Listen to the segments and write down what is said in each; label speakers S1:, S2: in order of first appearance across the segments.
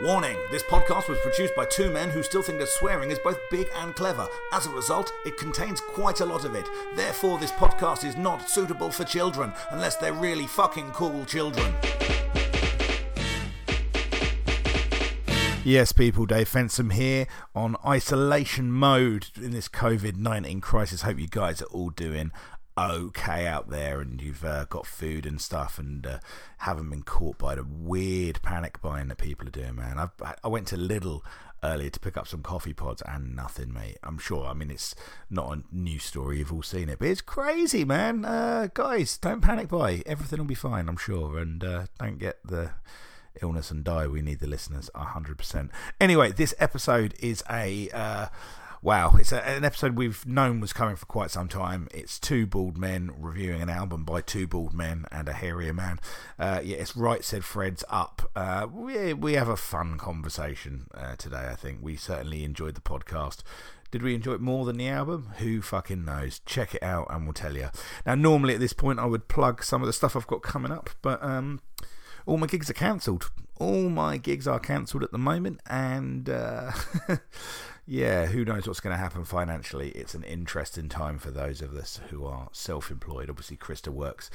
S1: Warning this podcast was produced by two men who still think that swearing is both big and clever. As a result, it contains quite a lot of it. Therefore, this podcast is not suitable for children, unless they're really fucking cool children. Yes, people, Dave Fensom here on isolation mode in this COVID 19 crisis. Hope you guys are all doing okay out there and you've uh, got food and stuff and uh, haven't been caught by the weird panic buying that people are doing, man. I've, I went to Lidl earlier to pick up some coffee pods and nothing, mate. I'm sure. I mean, it's not a new story. You've all seen it, but it's crazy, man. Uh, guys, don't panic buy. Everything will be fine, I'm sure. And uh, don't get the illness and die. We need the listeners 100%. Anyway, this episode is a. Uh, Wow, it's a, an episode we've known was coming for quite some time. It's two bald men reviewing an album by two bald men and a hairier man. Uh, yeah, it's right said Fred's up. Uh, we we have a fun conversation uh, today. I think we certainly enjoyed the podcast. Did we enjoy it more than the album? Who fucking knows? Check it out and we'll tell you. Now, normally at this point, I would plug some of the stuff I've got coming up, but um, all my gigs are cancelled. All my gigs are cancelled at the moment, and uh, yeah, who knows what's going to happen financially? It's an interesting time for those of us who are self-employed. Obviously, Krista works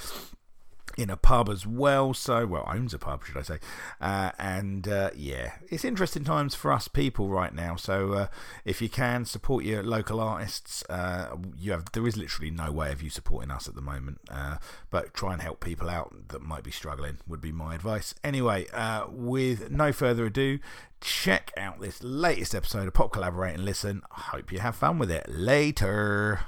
S1: in a pub as well. So, well, owns a pub, should I say? Uh, and uh, yeah, it's interesting times for us people right now. So, uh, if you can support your local artists, uh, you have there is literally no way of you supporting us at the moment. Uh, but try and help people out that might be struggling would be my advice. Anyway, uh, with no further ado, check out this latest episode of Pop Collaborate and listen. I hope you have fun with it. Later.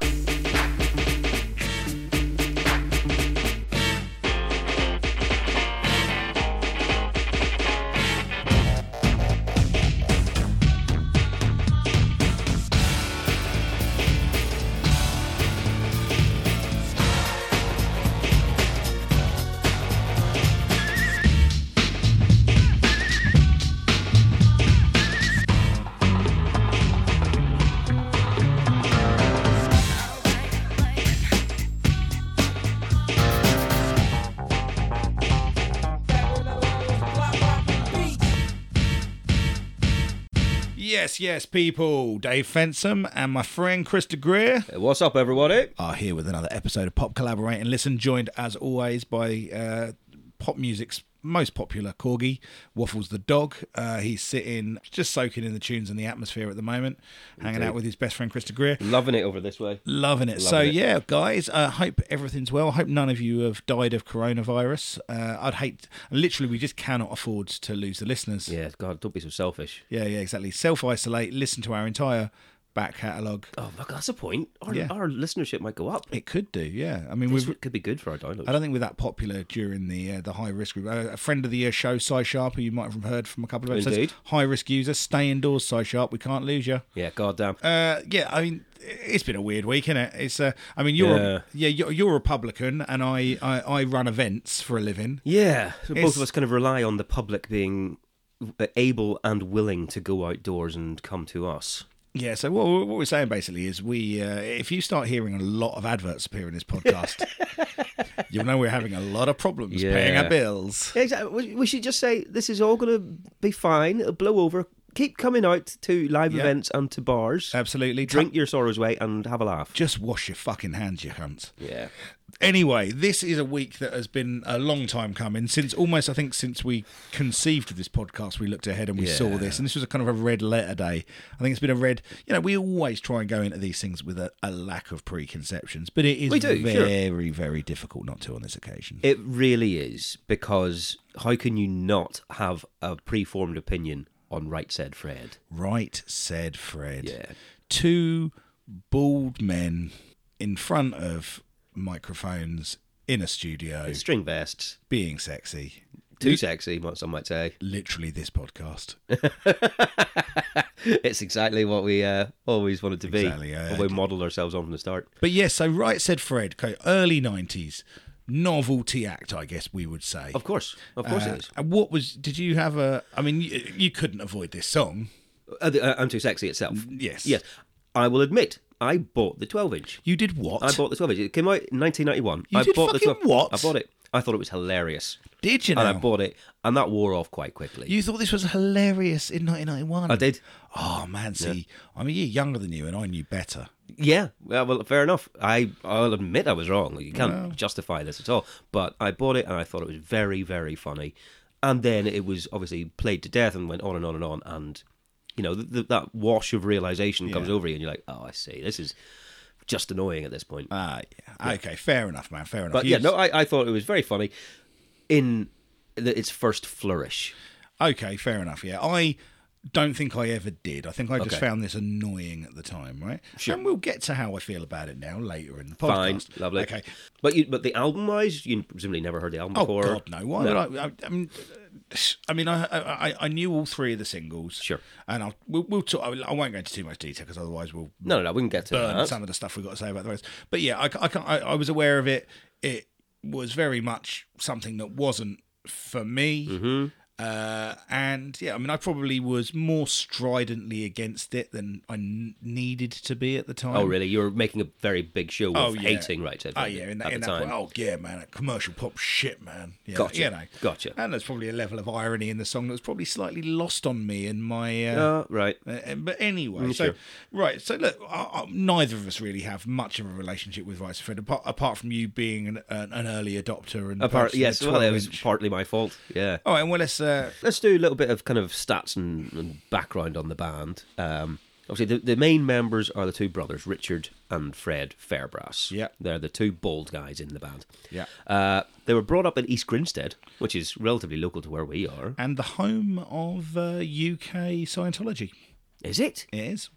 S1: Yes, yes, people. Dave Fensom and my friend Krista Greer
S2: Hey, What's up, everybody?
S1: are here with another episode of Pop Collaborate and Listen, joined as always by uh, pop music's most popular corgi, Waffles the dog. Uh, he's sitting, just soaking in the tunes and the atmosphere at the moment, hanging out with his best friend Krista Greer.
S2: Loving it over this way.
S1: Loving it. so
S2: it.
S1: yeah, guys, I hope everything's well. I hope none of you have died of coronavirus. Uh, I'd hate, literally, we just cannot afford to lose the listeners.
S2: Yeah, God, don't be so selfish.
S1: Yeah, yeah, exactly. Self isolate, listen to our entire back catalogue.
S2: Oh, look, that's a point. Our,
S1: Yeah.
S2: our listenership might go up.
S1: It could do, yeah. I mean,
S2: This
S1: we've,
S2: could be good for our downloads.
S1: I don't think we're that popular during the uh, the high risk group. Uh, a friend of the year show, Cy Sharp, who you might have heard from a couple of episodes.
S2: Indeed.
S1: High risk user, stay indoors, Cy Sharp. We can't lose you.
S2: Yeah, goddamn.
S1: Uh, yeah, I mean, it's been a weird week, isn't it? It's, uh, I mean, you're a, yeah, you're, you're a Republican, and I, I I run events for a living.
S2: yeah, so both
S1: it's-
S2: of us kind of rely on the public being uh, able and willing to go outdoors and come to us.
S1: Yeah, so what, what we're saying basically is we, uh, if you start hearing a lot of adverts appear in this podcast, you'll know we're having a lot of problems paying
S2: Yeah.
S1: our bills.
S2: Exactly. We- We should just say this is all going to be fine. It'll blow over. Keep coming out to live
S1: Yeah.
S2: events and to bars.
S1: Absolutely.
S2: Drink your sorrows away and have a laugh.
S1: Just wash your fucking hands, you cunt.
S2: Yeah.
S1: Anyway, this is a week that has been a long time coming. Since almost, I think, since we conceived of this podcast, we looked ahead and we saw this. And this was a kind of a red letter day. I think it's been a red, you know, we always try and go into these things with a, a lack of preconceptions, but it is
S2: We do, sure.
S1: very, very difficult not to on this occasion.
S2: It really is because how can you not have a preformed opinion on Right Said Fred?
S1: Right, said Fred.
S2: Yeah.
S1: Two bald men in front of microphones in a studio
S2: String vests,
S1: being sexy.
S2: too sexy, what some might say.
S1: Literally, this podcast.
S2: It's exactly what we uh, always wanted to be.
S1: Exactly, yeah.
S2: what we modeled ourselves on from the start.
S1: But yes, so Right Said Fred, co- early 90s, novelty act, I guess we would say.
S2: Of course, of course
S1: Uh,
S2: it is.
S1: And what was, did you have a, I mean, you, you couldn't avoid this song.
S2: Uh, the- uh, I'm too sexy itself.
S1: Yes.
S2: Yes, I will admit, I bought the 12 inch.
S1: You did what?
S2: I bought the 12 inch. It came out in 1991.
S1: You
S2: I
S1: did
S2: bought the
S1: fucking
S2: 12
S1: what?
S2: I bought it. I thought it was hilarious,
S1: Did you
S2: and I
S1: know?
S2: bought it, and that wore off quite quickly.
S1: you thought this was hilarious in 1991.
S2: I did.
S1: Oh man, see, I'm a year younger than you, and I knew better.
S2: Yeah, well, well, fair enough. I I'll admit I was wrong. You can't justify this at all. But I bought it and I thought it was very very funny, and then it was obviously played to death and went on and on and on. And you know th th that wash of realization comes
S1: Yeah.
S2: over you, and you're like, oh, I see. This is just annoying at this point.
S1: Ah, yeah. Okay, fair enough, man. Fair enough.
S2: but
S1: You
S2: yeah, no, I, I thought it was very funny in the, its first flourish.
S1: Okay, fair enough. Yeah, I don't think I ever did. I think I just
S2: Okay.
S1: found this annoying at the time, right? Sure. And we'll get to how I feel about it now later in the
S2: Fine,
S1: podcast.
S2: lovely.
S1: Okay.
S2: But you, but the album wise, you presumably never heard the album
S1: Oh
S2: before.
S1: God, no! Why would I? I, I mean, I mean, I, I I knew all three of the singles.
S2: Sure.
S1: And I'll we'll, we'll talk. I won't go into too much detail because otherwise we'll
S2: No, no, no. We can get to
S1: burn
S2: that.
S1: some of the stuff we've got to say about the rest. But yeah, I, I, can't- I, I was aware of it. It was very much something that wasn't for me. Uh, and yeah, I mean, I probably was more stridently against it than I n- needed to be at the time.
S2: Oh, really? You were making a very big show of
S1: Um, Oh, yeah.
S2: hating Right Said
S1: Oh
S2: Freddy
S1: yeah, in
S2: at
S1: that, in
S2: the
S1: that
S2: time.
S1: point, oh yeah, man, that commercial pop shit, man. Yeah,
S2: Gotcha,
S1: You know,
S2: gotcha.
S1: And there's probably a level of irony in the song that was probably slightly lost on me in my uh,
S2: Uh, right.
S1: Uh, but anyway, so
S2: Mm, sure.
S1: right, so look, I, I, neither of us really have much of a relationship with Rice Fred, apart, apart from you being an, an, an early adopter and
S2: Part,
S1: purchasing
S2: yes,
S1: the
S2: well, it was
S1: 12 -inch.
S2: partly my fault. Yeah.
S1: All right, well, let's. Uh,
S2: Let's do a little bit of kind of stats and, and background on the band. Um, obviously, the, the main members are the two brothers, Richard and Fred Fairbrass.
S1: Yeah.
S2: They're the two bald guys in the band.
S1: Yeah.
S2: Uh, they were brought up in East Grinstead, which is relatively local to where we are.
S1: and the home of uh, UK Scientology
S2: Is it?
S1: it is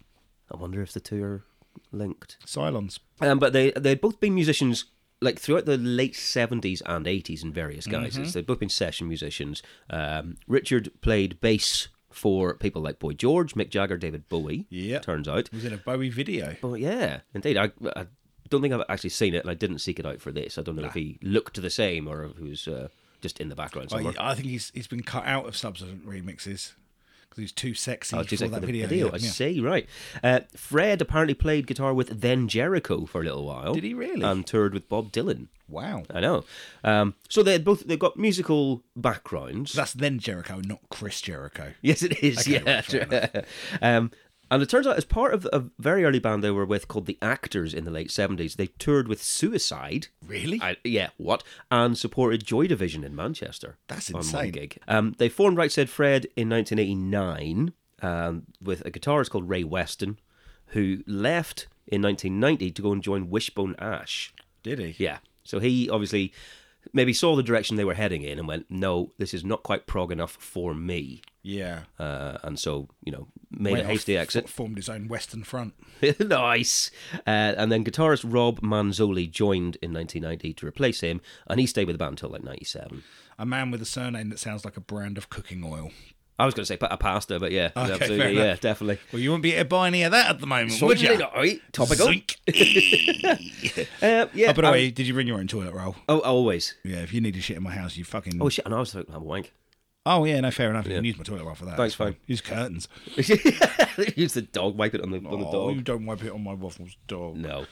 S2: I wonder if the two are linked.
S1: Cylons.
S2: Um, but they they'd both been musicians like throughout the late seventies and eighties in various guises.
S1: Mm-hmm.
S2: They've both been session musicians. Um, Richard played bass for people like Boy George, Mick Jagger, David Bowie.
S1: Yeah.
S2: turns out.
S1: It was in a Bowie video.
S2: But yeah, indeed, I. I don't think I've actually seen it, and I didn't seek it out for this. I don't know if he looked the same or if he was uh, just in the background somewhere.
S1: I, I think he's he's been cut out of subsequent remixes because he was too sexy
S2: Oh,
S1: for
S2: just like
S1: that
S2: the
S1: video.
S2: video, I
S1: yeah.
S2: see, right. Uh, Fred apparently played guitar with then Jericho for a little while.
S1: Did he really?
S2: And toured with Bob Dylan.
S1: Wow,
S2: I know. Um, so they both they've got musical backgrounds.
S1: that's then Jericho, not Chris Jericho.
S2: yes, it is. yeah,
S1: right, fair
S2: um, and it turns out, as part of a very early band they were with called the Actors in the late seventies, they toured with Suicide.
S1: Really?
S2: I, yeah, what? And supported Joy Division in Manchester.
S1: That's
S2: On one
S1: insane.
S2: gig. Um, they formed Right Said Fred in 1989 um, with a guitarist called Ray Weston, who left in 1990 to go and join Wishbone Ash.
S1: Did he?
S2: Yeah. So he obviously maybe saw the direction they were heading in and went, no, this is not quite prog enough for me.
S1: Yeah.
S2: Uh, and so, you know, made
S1: Went
S2: a
S1: off,
S2: hasty
S1: fo-
S2: exit.
S1: Formed his own Western Front.
S2: nice. Uh, and then guitarist Rob Manzoli joined in 1990 to replace him, and he stayed with the band until like 97.
S1: A man with a surname that sounds like a brand of cooking oil.
S2: I was going to say pa- a pasta, but yeah,
S1: Okay,
S2: absolutely,
S1: fair
S2: yeah,
S1: enough.
S2: definitely.
S1: Well, you wouldn't be able to buy any of that at the moment, would you?
S2: All right, topical.
S1: Zoink.
S2: Uh, yeah,
S1: oh, by the
S2: um,
S1: way, did you bring your own toilet roll?
S2: oh, always.
S1: Yeah, if you need to shit in my house, you fucking.
S2: Oh
S1: Oh,
S2: shit, and I was like, have a wank.
S1: yeah, no, fair enough. You can use my toilet roll for that. That's
S2: Thanks,
S1: fine.
S2: fine.
S1: Use curtains.
S2: Use the dog, wipe it on the on the
S1: Oh,
S2: dog.
S1: you don't wipe it on my waffles, dog.
S2: No.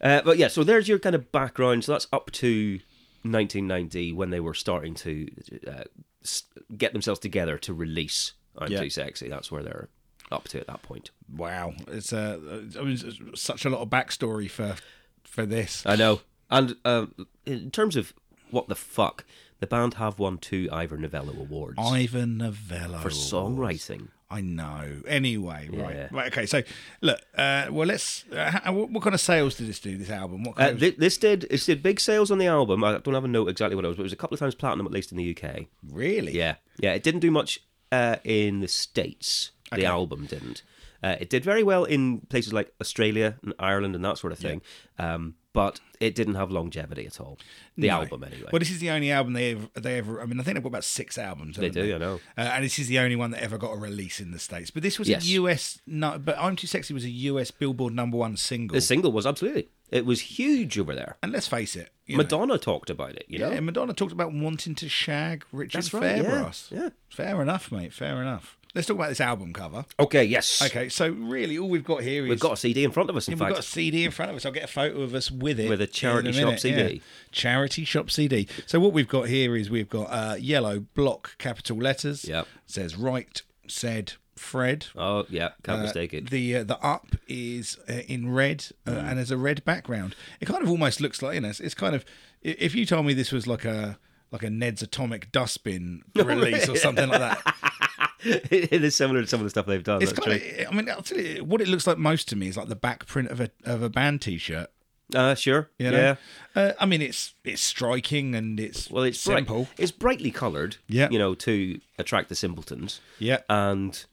S2: Uh, but yeah, so there's your kind of background. So that's up to 1990 when they were starting to uh, s- get themselves together to release I'm
S1: Yeah.
S2: Too Sexy. That's where they're up to at that point.
S1: Wow, it's uh, I mean, it's such a lot of backstory for for this.
S2: I know. And uh, in terms of what the fuck, the band have won two Ivor Novello Awards
S1: Ivan Novello
S2: for songwriting.
S1: I know. Anyway,
S2: Yeah.
S1: right. right. Okay, so look, uh, well, let's. Uh, how, what, what kind of sales did this do? This album? What
S2: Uh,
S1: kind
S2: thi- this did it did big sales on the album. I don't have a note exactly what it was, but it was a couple of times platinum at least in the UK.
S1: of, really?
S2: Yeah, yeah. It didn't do much uh, in the states. The album didn't. Uh, it did very well in places like Australia and Ireland and that sort of thing, um, but it didn't have longevity at all. The album, anyway.
S1: Well, this is the only album they ever, they ever. I mean, I think they've got about six albums. They
S2: do, I know.
S1: Uh, and this is the only one that ever got a release in the states. But this was
S2: Yes.
S1: a US. No, but I'm Too Sexy was a US Billboard number one single.
S2: the single was absolutely. It was huge over there.
S1: and let's face it, you know,
S2: Madonna talked about it. You know,
S1: yeah, Madonna talked about wanting to shag Richard
S2: That's right, yeah,
S1: Fairbrass.
S2: yeah.
S1: fair enough, mate. Fair enough. Let's talk about this album cover.
S2: Okay, yes.
S1: Okay, so really, all we've got here is
S2: We've got a CD in front of us, in
S1: Yeah, we've got a
S2: fact.
S1: CD in front of us. I'll get a photo of us with it.
S2: With a charity
S1: in
S2: shop
S1: minute,
S2: CD.
S1: Charity shop CD. So what we've got here is we've got uh, yellow block capital letters.
S2: Yep.
S1: Says right, said Fred.
S2: Oh, yeah, can't
S1: Uh,
S2: mistake it.
S1: The uh, the up is uh, in red uh, and has a red background. It kind of almost looks like you know, it's, it's kind of i- if you told me this was like a like a Ned's Atomic Dustbin release or something like that.
S2: it is similar to some of the stuff they've done.
S1: It's
S2: that's
S1: kind of. I mean, I'll tell you what it looks like most to me is like the back print of a of a band T-shirt.
S2: true. Uh, sure.
S1: You know?
S2: Yeah.
S1: Uh, I mean, it's it's striking and it's
S2: Well, it's bright-
S1: simple.
S2: it's brightly coloured.
S1: Yeah.
S2: You know, to attract the simpletons.
S1: Yeah.
S2: Uh, And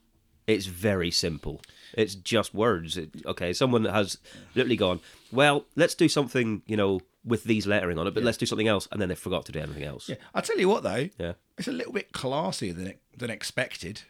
S2: it's very simple. It's just words. It, okay, someone that has literally gone. Well, let's do something. You know, with these lettering on it, but let's do something else, and then they forgot to do anything else.
S1: yeah. I'll tell you what though.
S2: Yeah.
S1: It's a little bit classier than than expected.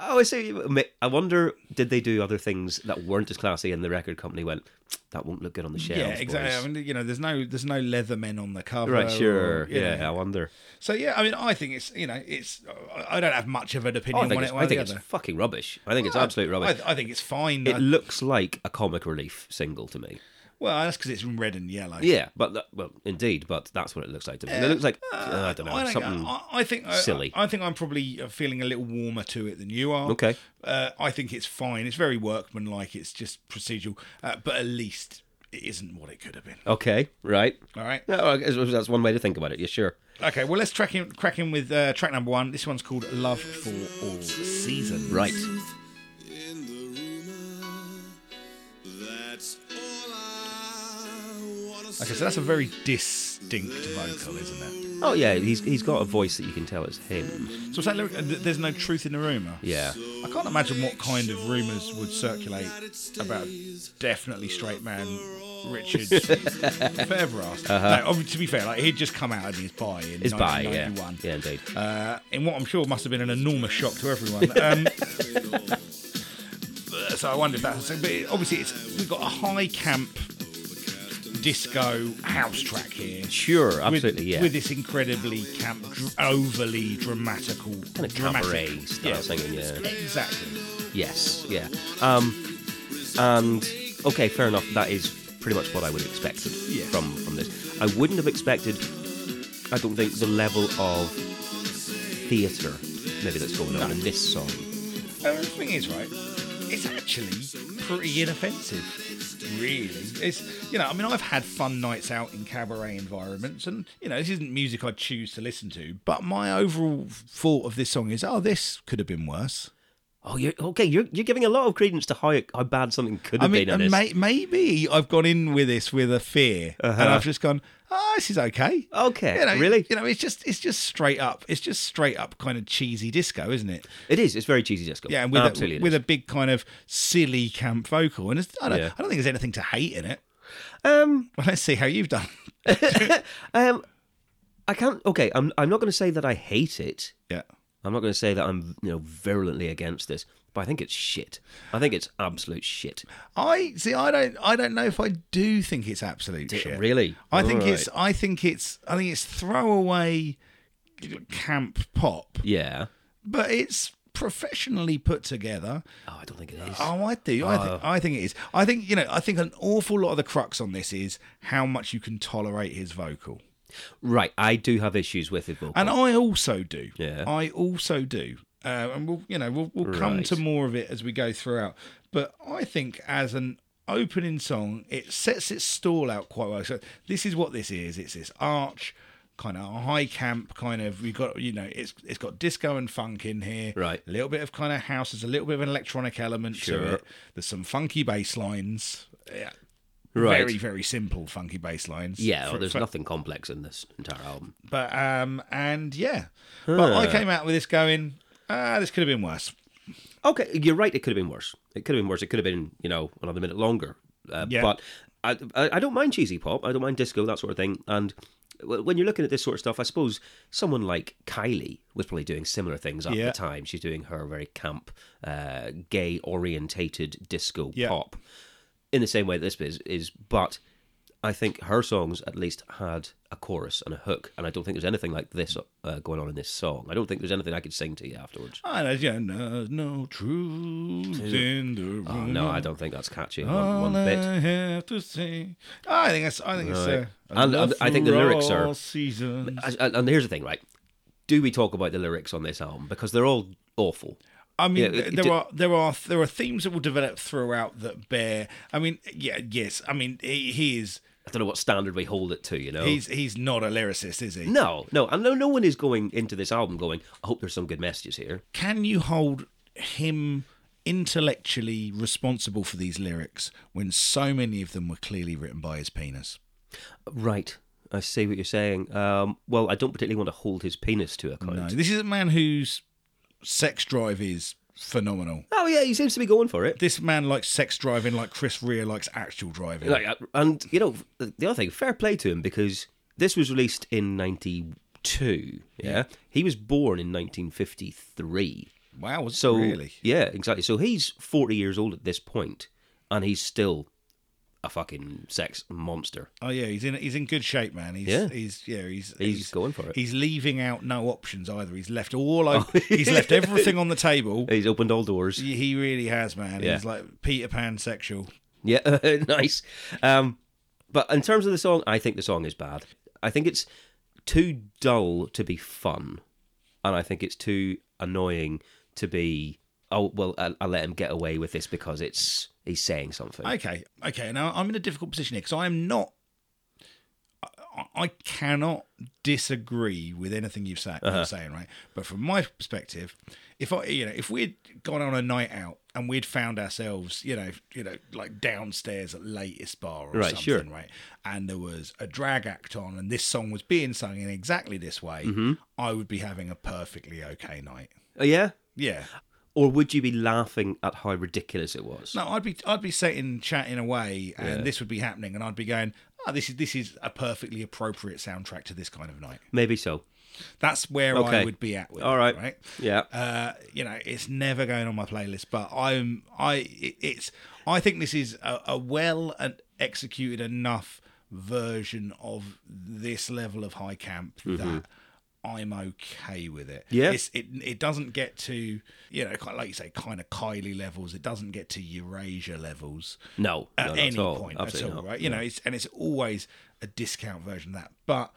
S2: Oh, I see. I wonder, did they do other things that weren't as classy, and the record company went, that won't look good on the shelves.
S1: Yeah, exactly.
S2: boys."
S1: I mean, you know, there's no there's no Leathermen on the cover.
S2: Right, sure.
S1: or, you
S2: yeah,
S1: know.
S2: I wonder.
S1: So yeah, I mean, I think it's you know it's I- I don't have much of an
S2: Oh, I
S1: opinion
S2: think,
S1: on
S2: it's,
S1: it. One
S2: I
S1: or the
S2: think it's
S1: other.
S2: fucking rubbish. I think it's absolute
S1: I,
S2: rubbish.
S1: I think it's fine.
S2: it
S1: I-
S2: looks like a comic relief single to me.
S1: well, that's because it's in red and yellow.
S2: Yeah, but that, well, indeed, but that's what it looks like to me. It looks like uh, I don't know
S1: I, think,
S2: something.
S1: I, I think I-
S2: silly.
S1: I, think I'm probably uh, feeling a little warmer to it than you are.
S2: Okay.
S1: Uh, I think it's fine. It's very workmanlike. It's just procedural, uh, but at least it isn't what it could have been.
S2: okay, right.
S1: All right.
S2: No, I guess that's one way to think about it. Yeah, sure.
S1: Okay. Well, let's track in, crack in with uh, track number one. This one's called "Love for All Seasons."
S2: Right.
S3: in the rumor. That's all I wanna say.
S1: Okay, so that's a very distinct vocal, isn't it?
S2: Oh yeah, he's he's got a voice that you can tell it's him.
S1: So is that lyric, uh, th- there's no truth in the rumor.
S2: Yeah.
S1: I can't imagine what kind of rumours would circulate about definitely straight man Richard Fairbrass. No, obvi- to be fair, like he'd just come out in his buy in
S2: It's by Uh-huh. yeah,
S1: 1991.
S2: yeah, indeed.
S1: Uh, in what I'm sure must have been an enormous shock to everyone. Um, but- so I wonder if that's. But it- obviously, it's we've got a high camp disco house track here.
S2: Sure, absolutely,
S1: with,
S2: yeah.
S1: With this incredibly camp, dr- overly dramatical,
S2: Kind of
S1: dramatic,
S2: cabaret style singing, yeah.
S1: exactly.
S2: Yes, yeah. Um, and okay, fair enough. That is pretty much what I would have expected
S1: Yeah.
S2: from from this. I wouldn't have expected. I don't think the level of theatre maybe that's going on in this song.
S1: Uh, the thing is, right, it's actually pretty inoffensive. Really, it's you know, I mean, I've had fun nights out in cabaret environments, and you know, this isn't music I choose to listen to. But my overall thought of this song is, oh, this could have been worse.
S2: Oh, you're okay. You're you're giving a lot of credence to how it, how bad something could
S1: I
S2: have
S1: mean,
S2: been. in
S1: and may,
S2: this.
S1: maybe I've gone in with this with a fear, and
S2: Uh-huh.
S1: I've just gone, oh, this is okay.
S2: Okay,
S1: You know,
S2: really?
S1: You know, it's just it's just straight up, it's just straight up kind of cheesy disco, isn't it?
S2: It is. It's very cheesy disco.
S1: Yeah, and with
S2: absolutely.
S1: a,
S2: it
S1: with
S2: is.
S1: a big kind of silly camp vocal, and it's, I don't,
S2: Yeah.
S1: I don't think there's anything to hate in it.
S2: um,
S1: Well, let's see how you've done.
S2: um, I can't. Okay, I'm I'm not going to say that I hate it.
S1: Yeah.
S2: I'm not going to say that I'm you know virulently against this, but I think it's shit. I think it's absolute shit.
S1: I see. I don't. I don't know if I do think it's absolute
S2: it
S1: shit.
S2: really?
S1: I think
S2: Alright.
S1: it's. I think it's. I think it's throwaway camp pop,
S2: Yeah.
S1: but it's professionally put together.
S2: Oh, I don't think it is.
S1: Oh, I do. I, think, I think it is. I think you know. I think an awful lot of the crux on this is how much you can tolerate his vocal.
S2: Right, I do have issues with it, vocal.
S1: and I also do.
S2: Yeah.
S1: I also do. Uh, and we'll, you know, we'll, we'll come
S2: Right.
S1: to more of it as we go throughout. But I think as an opening song, it sets its stall out quite well. So this is what this is. It's this arch kind of high camp kind of we got you know it's it's got disco and funk in here
S2: Right.
S1: a little bit of kind of house there's a little bit of an electronic element to
S2: Sure.
S1: it there's some funky bass lines yeah
S2: right.
S1: very very simple funky bass lines
S2: yeah, well,
S1: For-
S2: there's
S1: for-
S2: nothing complex in this entire album.
S1: but um and yeah. But I came out with this going, ah, this could have been worse.
S2: Okay, you're right. It could have been worse. It could have been worse. It could have been, you know, another minute longer. Uh,
S1: Yeah.
S2: But I, I I don't mind cheesy pop. I don't mind disco, that sort of thing. And w- when you're looking at this sort of stuff, I suppose someone like Kylie was probably doing similar things at
S1: Yeah.
S2: the time. She's doing her very camp, uh, gay orientated disco
S1: Yeah.
S2: pop in the same way that this is. is but I think her songs at least had a chorus and a hook, and I don't think there's anything like this uh, going on in this song. I don't think there's anything I could sing to you afterwards.
S1: I know, yeah, no, no truth in the room.
S2: Oh, no, I don't think that's catchy.
S1: Oh,
S2: One, one bit.
S1: I have to say, I think it's, I think it's, uh,
S2: Right. And- and I think the lyrics are-
S1: season.
S2: And- And here's the thing, right? Do we talk about the lyrics on this album because they're all awful?
S1: I mean,
S2: Yeah, it- it
S1: there
S2: did-
S1: are there are there are themes that will develop throughout that bear. I mean, yeah, yes. I mean, he, he is
S2: I don't know what standard we hold it to, you know.
S1: he's he's not a lyricist, is he?
S2: No, no, and no, no one is going into this album going, I hope there's some good messages here.
S1: Can you hold him intellectually responsible for these lyrics when so many of them were clearly written by his penis?
S2: Right, I see what you're saying. Um, well, I don't particularly want to hold his penis to account.
S1: No, this is a man whose sex drive is phenomenal.
S2: Oh yeah, he seems to be going for it.
S1: This man likes sex driving like Chris Rea likes actual driving.
S2: Like, uh, and you know, the other thing, fair play to him because this was released in '92. Yeah? he was born in 1953.
S1: wow, was it
S2: So
S1: really?
S2: yeah, exactly. So he's 40 years old at this point, and he's still a fucking sex monster.
S1: Oh yeah, he's in he's in good shape, man. He's
S2: Yeah.
S1: he's yeah, he's
S2: He's going for it.
S1: He's leaving out no options either. He's left all over, he's left everything on the table.
S2: He's opened all doors.
S1: He he really has, man.
S2: Yeah.
S1: He's like Peter Pan sexual.
S2: Yeah, nice. Um, but in terms of the song, I think the song is bad. I think it's too dull to be fun, and I think it's too annoying to be. Oh well, I'll, I'll let him get away with this because it's he's saying something.
S1: Okay, okay. Now I'm in a difficult position here because I am not. I- I cannot disagree with anything you've said,
S2: Uh-huh.
S1: you're saying, right? But from my perspective, if I, you know, if we'd gone on a night out and we'd found ourselves, you know, you know, like downstairs at latest bar or
S2: Right,
S1: something,
S2: sure.
S1: right, and there was a drag act on, and this song was being sung in exactly this way,
S2: Mm-hmm.
S1: I would be having a perfectly okay night.
S2: Oh, yeah.
S1: Yeah,
S2: Or would you be laughing at how ridiculous it was?
S1: No, I'd be I'd be sitting chatting away, and this would be happening, and I'd be going, "Oh, this is this is a perfectly appropriate soundtrack to this kind of night."
S2: Maybe so.
S1: That's where I
S2: Okay.
S1: would be at with
S2: All
S1: it,
S2: right.
S1: right?
S2: Yeah.
S1: Uh, you know, it's never going on my playlist, but I'm I it, it's I think this is a, a well and executed enough version of this level of high camp that I'm okay with it.
S2: Mm-hmm. Yeah.
S1: it's, it it doesn't get to you know quite like you say kind of Kylie levels. It doesn't get to Eurasia levels
S2: No,
S1: at
S2: no, not
S1: any
S2: at all.
S1: point
S2: Absolutely
S1: at all,
S2: not.
S1: right? You know, it's and it's always a discount version of that, but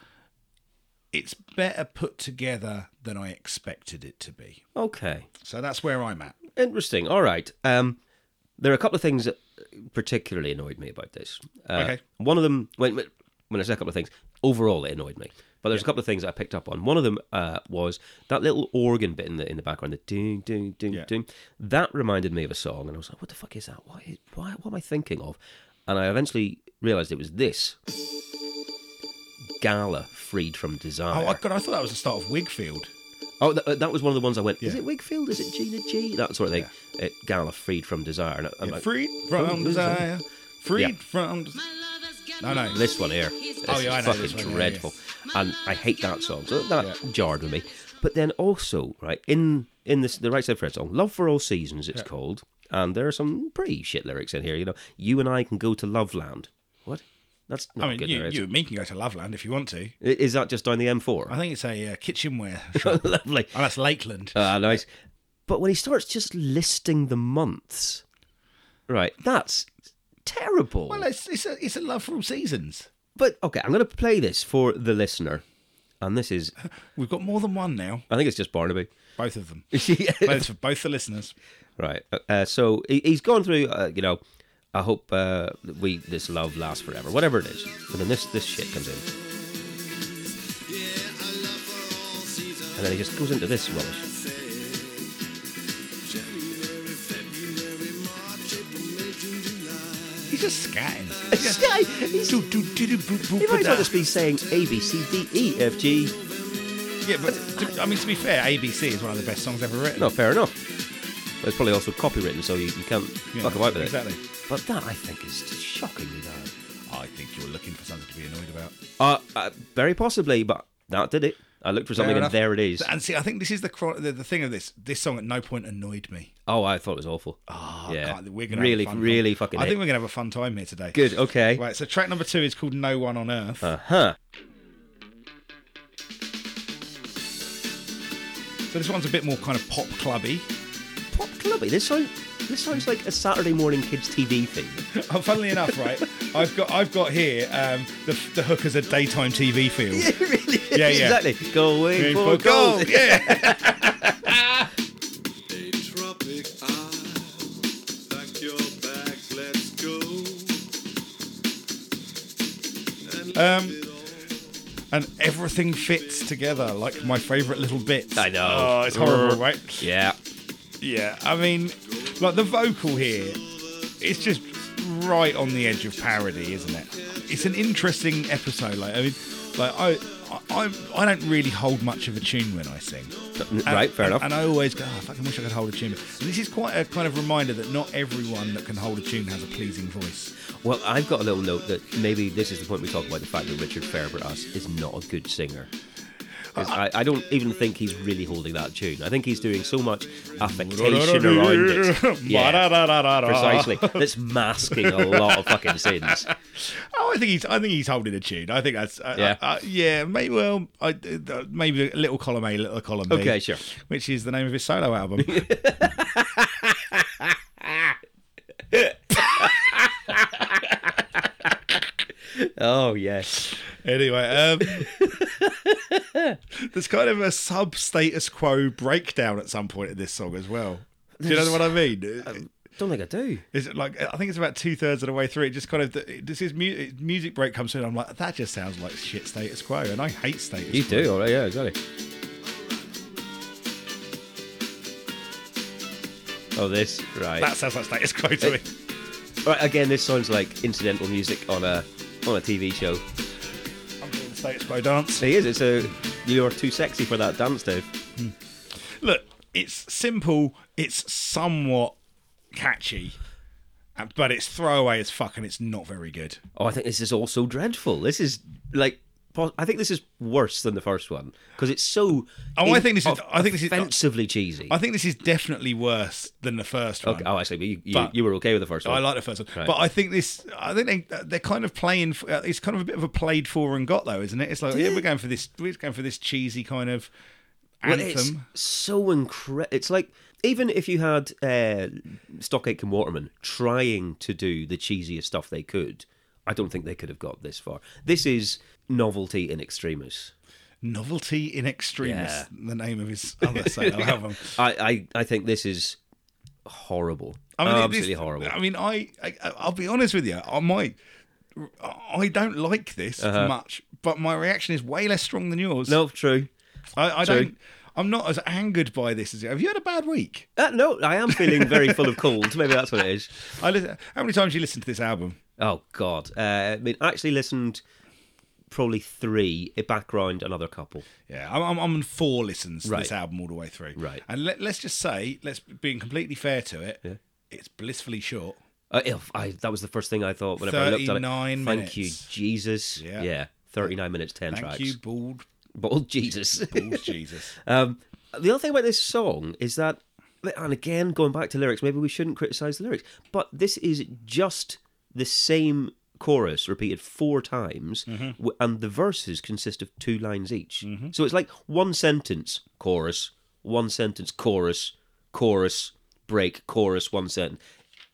S1: it's better put together than I expected it to be.
S2: Okay.
S1: So that's where I'm at.
S2: Interesting. All right. Um, there are a couple of things that particularly annoyed me about this. Uh,
S1: Okay.
S2: One of them, when, when when I say a couple of things, overall it annoyed me. But there's a couple of things I picked up on. One of them uh, was that little organ bit in the in the background, the ding ding ding
S1: Yeah.
S2: ding. That reminded me of a song, and I was like, "What the fuck is that? Why? is- Why? What am I thinking of?" And I eventually realized it was this gala freed from desire.
S1: Oh I, God, I thought that was the start of Wigfield.
S2: Oh, that, that was one of the ones I went. Is
S1: Yeah.
S2: it Wigfield? Is it Gina G? That sort of thing. It, Gala freed from desire. And I, am like,
S1: freed
S2: Oh,
S1: from
S2: who's
S1: desire. Freed
S2: Yeah.
S1: from. des- No, no.
S2: this one here.
S1: Oh,
S2: is
S1: yeah, I know
S2: fucking
S1: this one, yeah,
S2: dreadful. And I hate that song. So that jarred with me. But then also, right in in this the right side Fred song, "Love for All Seasons," it's called, and there are some pretty shit lyrics in here. You know, you and I can go to Loveland. What? That's not
S1: I mean,
S2: good
S1: you,
S2: lyrics.
S1: you and me can go to Loveland if you want to.
S2: I- Is that just down the
S1: I
S2: M4?
S1: think it's a uh, kitchenware shop. oh,
S2: Lovely.
S1: that's Lakeland.
S2: Ah, nice. But when he starts just listing the months, right? That's terrible.
S1: Well, it's it's a, it's a love for all seasons.
S2: But okay, I'm going to play this for the listener, and this is
S1: We've got more than one now.
S2: I think it's just Barnaby.
S1: Both of them.
S2: Yeah.
S1: Both for both the listeners.
S2: right. Uh, so he, he's gone through. Uh, you know, I hope uh, we this love lasts forever, whatever it is. And then this this shit comes in, and then he just goes into this rubbish.
S1: He's just scatting.
S2: This guy, he's,
S1: Do, do, do, do, boo, boo,
S2: he might as
S1: ba-da.
S2: well just be saying A B C D E F G.
S1: Yeah, but to, I mean, to be fair, ABC is one of the best songs ever written.
S2: No, fair enough. But it's probably also copywritten, so you, you can't
S1: Yeah,
S2: fuck about with
S1: exactly.
S2: it. But that I think is shockingly bad.
S1: I think you're looking for something to be annoyed about.
S2: Uh, uh, very possibly, but that did it. I looked for
S1: Fair
S2: something and
S1: enough.
S2: there it is.
S1: And see, I think this is the, chron- the the thing of this. This song at no point annoyed me.
S2: Oh, I thought it was awful.
S1: Oh,
S2: yeah,
S1: God, we're gonna
S2: really,
S1: have a fun
S2: really
S1: time.
S2: fucking.
S1: I
S2: hate.
S1: think we're gonna have a fun time here today.
S2: Good. Okay.
S1: Right. So track number two is called "No One on Earth."
S2: Uh huh.
S1: So this one's a bit more kind of pop clubby.
S2: Pop clubby. This sounds. This sounds like a Saturday morning kids TV thing.
S1: And funnily enough, right, I've got I've got here um, the the hook as a daytime TV feel.
S2: really?
S1: Yeah, yeah.
S2: Exactly. Going
S1: Going
S2: for,
S1: for
S2: gold.
S1: gold, Yeah.
S3: A tropic isle. Pack your bag, let's go. And
S1: Um,
S3: leave it all.
S1: and everything fits together like my favourite little bits.
S2: I know.
S1: Oh, it's horrible, right?
S2: Yeah.
S1: Yeah, I mean, like the vocal here, it's just right on the edge of parody, isn't it? It's an interesting episode. Like, I mean, like I, I, I don't really hold much of a tune when I sing. And-
S2: right.
S1: Uh,
S2: Fair
S1: and-
S2: enough.
S1: And I always go, oh, I fucking wish I could hold a tune. And this is quite a kind of reminder that not everyone that can hold a tune has a pleasing voice.
S2: Well, I've got a little note that maybe this is the point we talk about the fact that Richard Fairbrass is not a good singer. 'Cause I, I don't even think he's really holding that tune. I think he's doing so much affectation around it. Yeah, precisely. That's masking a lot of fucking sins.
S1: Oh, I think he's. I think he's holding a tune. I think that's. Uh,
S2: Yeah.
S1: yeah. Uh, yeah. Maybe. Well, I, uh, maybe a little column A, little column B.
S2: Okay, sure.
S1: Which is the name of his solo album.
S2: Oh, yes.
S1: anyway, um, there's kind of a sub status quo breakdown at some point in this song as well. Do you know what I mean?
S2: Don't think I do.
S1: Is it like I think it's about two thirds of the way through. It just kind of this is mu- music break comes in. I'm like that just sounds like shit status quo, and I hate status.
S2: You
S1: quo.
S2: do, all right, yeah, exactly. Oh, this, right.
S1: That sounds like status quo to me.
S2: Right, again, this sounds like incidental music on a on a TV show.
S1: I'm doing status quo dance.
S2: It is. It's a you're too sexy for that dance, Dave.
S1: look, it's simple, it's somewhat catchy, uh, but it's throwaway as fuck and it's not very good.
S2: Oh, I think this is also dreadful. This is like. po- I think this is worse than the first one because it's so.
S1: Oh, I think this is-
S2: of-
S1: I think this is-
S2: offensively cheesy.
S1: I think this is definitely worse than the first one.
S2: okay. Oh, actually, but you, you,
S1: But-
S2: you were okay with the first one.
S1: I like the first one,
S2: Right.
S1: but I think this. I think they, they're kind of playing. f- uh, It's kind of a bit of a played for and got though, isn't it? It's like yeah, we're going for this. We're going for this cheesy kind of
S2: Well,
S1: anthem.
S2: It's so incredible. It's like even if you had uh, Stock Aitken Waterman trying to do the cheesiest stuff they could, I don't think they could have got this far. This is novelty in extremis.
S1: Novelty in extremis.
S2: Yeah.
S1: The name of his other solo album.
S2: I, I, I think this is horrible.
S1: it-
S2: Absolutely
S1: this-
S2: horrible.
S1: I mean, I, I I'll be honest with you. I might. I don't like this much, but my reaction is way less strong than yours.
S2: Uh-huh. no, true.
S1: I, I
S2: true.
S1: don't. I'm not as angered by this as you. Have you had a bad week?
S2: Uh, no, I am feeling very full of cold. Maybe that's what it is.
S1: I listen, how many times you listened to this album?
S2: Oh God! Uh, I mean, actually listened probably three a background, another couple.
S1: Yeah, I'm, I'm, I'm on four listens to
S2: Right.
S1: this album all the way through.
S2: Right.
S1: And let, let's just say, let's being completely fair to it, it's blissfully short.
S2: Uh, if I, that was the first thing I thought whenever I looked at it.
S1: 39
S2: Thank you,
S1: minutes.
S2: Jesus. Yeah.
S1: Yeah.
S2: 39 minutes, 10
S1: Thank
S2: tracks.
S1: you, bald,
S2: But oh, Jesus.
S1: bald Jesus.
S2: um, the other thing about this song is that, and again, going back to lyrics, maybe we shouldn't criticize the lyrics, but this is just the same chorus repeated four times, w- and the verses consist of two lines each. So it's like one sentence, chorus, one sentence, chorus, chorus, break, chorus, one sentence.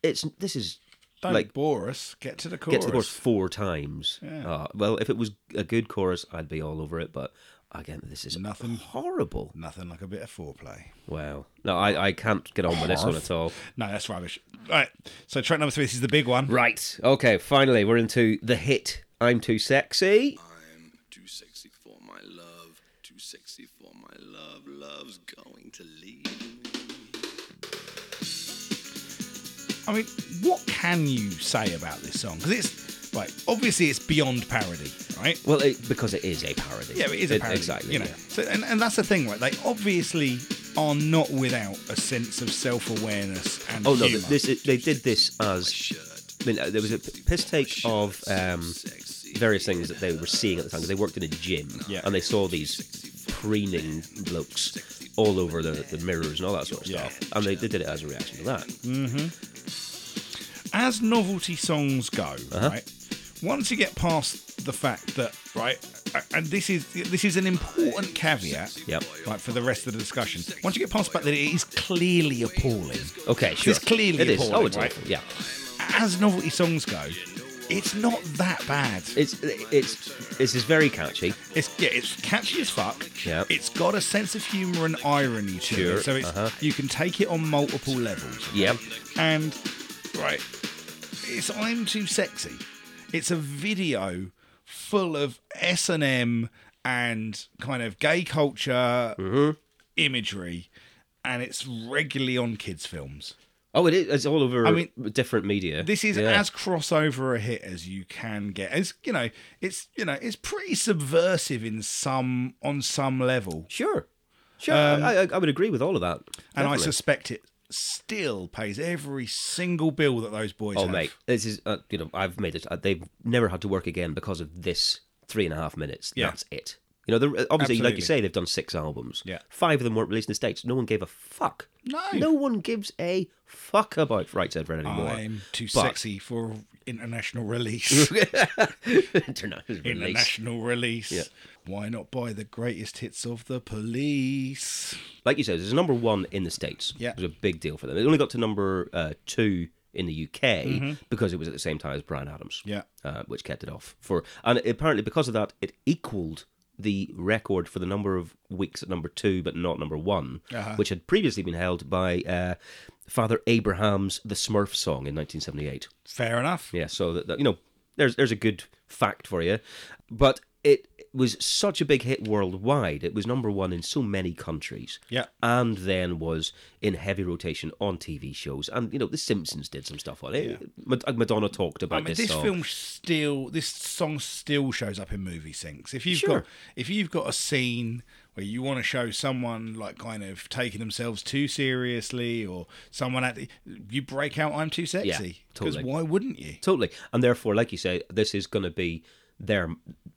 S2: It's this is
S1: Don't
S2: like
S1: bore us. Get to the chorus.
S2: get to the chorus four times. Uh, well, if it was a good chorus, I'd be all over it. But again, this is
S1: Nothing.
S2: horrible.
S1: Nothing like a bit of foreplay.
S2: Wow. No, I, I can't get on with this one at all.
S1: No, that's rubbish. All right. So track number three. This is the big one.
S2: Right. Okay. Finally, we're into the hit. I'm too sexy.
S3: I'm too sexy for my love. Too sexy for my love. Love's going to leave me.
S1: I mean, what can you say about this song? Because it's right. Obviously, it's beyond parody, right?
S2: Well, it, because it is a parody.
S1: Yeah, it is a parody.
S2: E, exactly.
S1: You know.
S2: yeah.
S1: So, and, and that's the thing, right? They obviously are not without a sense of self-awareness and
S2: Oh no,
S1: humor.
S2: this is, they did this as. I mean, uh, there was a p- piss take of um, various things that they were seeing at the time because they worked in a gym
S1: Yeah.
S2: and they saw these preening blokes all over the, the mirrors and all that sort of
S1: Yeah. Mm.
S2: stuff. And they, they did it as a reaction to that.
S1: as novelty songs go,
S2: Uh-huh.
S1: right? Once you get past the fact that, right, and this is this is an important caveat,
S2: Yep.
S1: right, for the rest of the discussion. Once you get past the fact that it is clearly appalling,
S2: Okay, sure.
S1: clearly
S2: it is.
S1: appalling,
S2: oh, it's
S1: right?
S2: awful, Yeah.
S1: as novelty songs go, it's not that bad.
S2: It's it's it's just very catchy.
S1: It's yeah, it's catchy as fuck.
S2: Yep.
S1: It's got a sense of humour and irony to
S2: Sure,
S1: it, so it's
S2: uh-huh.
S1: you can take it on multiple levels.
S2: Yep.
S1: And right, it's I'm too sexy. It's a video full of S and M and kind of gay culture
S2: Mm-hmm.
S1: imagery, and it's regularly on kids' films.
S2: Oh, it is. It's all over.
S1: I
S2: I
S1: mean,
S2: mean, different media.
S1: This is
S2: Yeah.
S1: as crossover a hit as you can get. It's you know, it's you know, it's pretty subversive in some on some level,
S2: sure, sure. I, I, I would agree with all of that.
S1: Um, and I
S2: Definitely.
S1: suspect it still pays every single bill that those boys.
S2: Oh,
S1: have.
S2: mate, this is uh, you know I've made it. Uh, they've never had to work again because of this three and a half minutes.
S1: Yeah.
S2: That's it. You know, they're- uh, obviously, like
S1: Absolutely.
S2: you say, they've done six albums.
S1: Yeah.
S2: five of them weren't released in the states. No one gave a fuck.
S1: No.
S2: no one gives a fuck about Right Said Red anymore.
S1: I'm too
S2: But-
S1: sexy for international release.
S2: International release.
S1: international release. Why not buy the greatest hits of the police?
S2: like you said, it's number one in the states.
S1: Yeah.
S2: it was a big deal for them. It only got to number uh, two in the UK because it was at the same time as Brian Adams.
S1: Mm-hmm. Yeah.
S2: uh, which kept it off for, and apparently because of that, it equaled the record for the number of weeks at number two, but not number one,
S1: Uh-huh.
S2: which had previously been held by uh, Father Abraham's "The Smurf Song" in 1978.
S1: Fair enough.
S2: Yeah, so that, that- you know, there's there's a good fact for you, but it was such a big hit worldwide. It was number one in so many countries.
S1: Yeah.
S2: and then was in heavy rotation on TV shows, and you know, The Simpsons did some stuff on it. Mad- uh, Madonna talked about
S1: I mean,
S2: this,
S1: this
S2: song.
S1: film still, this song still shows up in movie syncs. If you've
S2: Sure.
S1: got, if you've got a scene where you want to show someone like kind of taking themselves too seriously, or someone at the, you break out, I'm too sexy.
S2: totally.
S1: why wouldn't you?
S2: Totally, and therefore, like you say, this is going to be their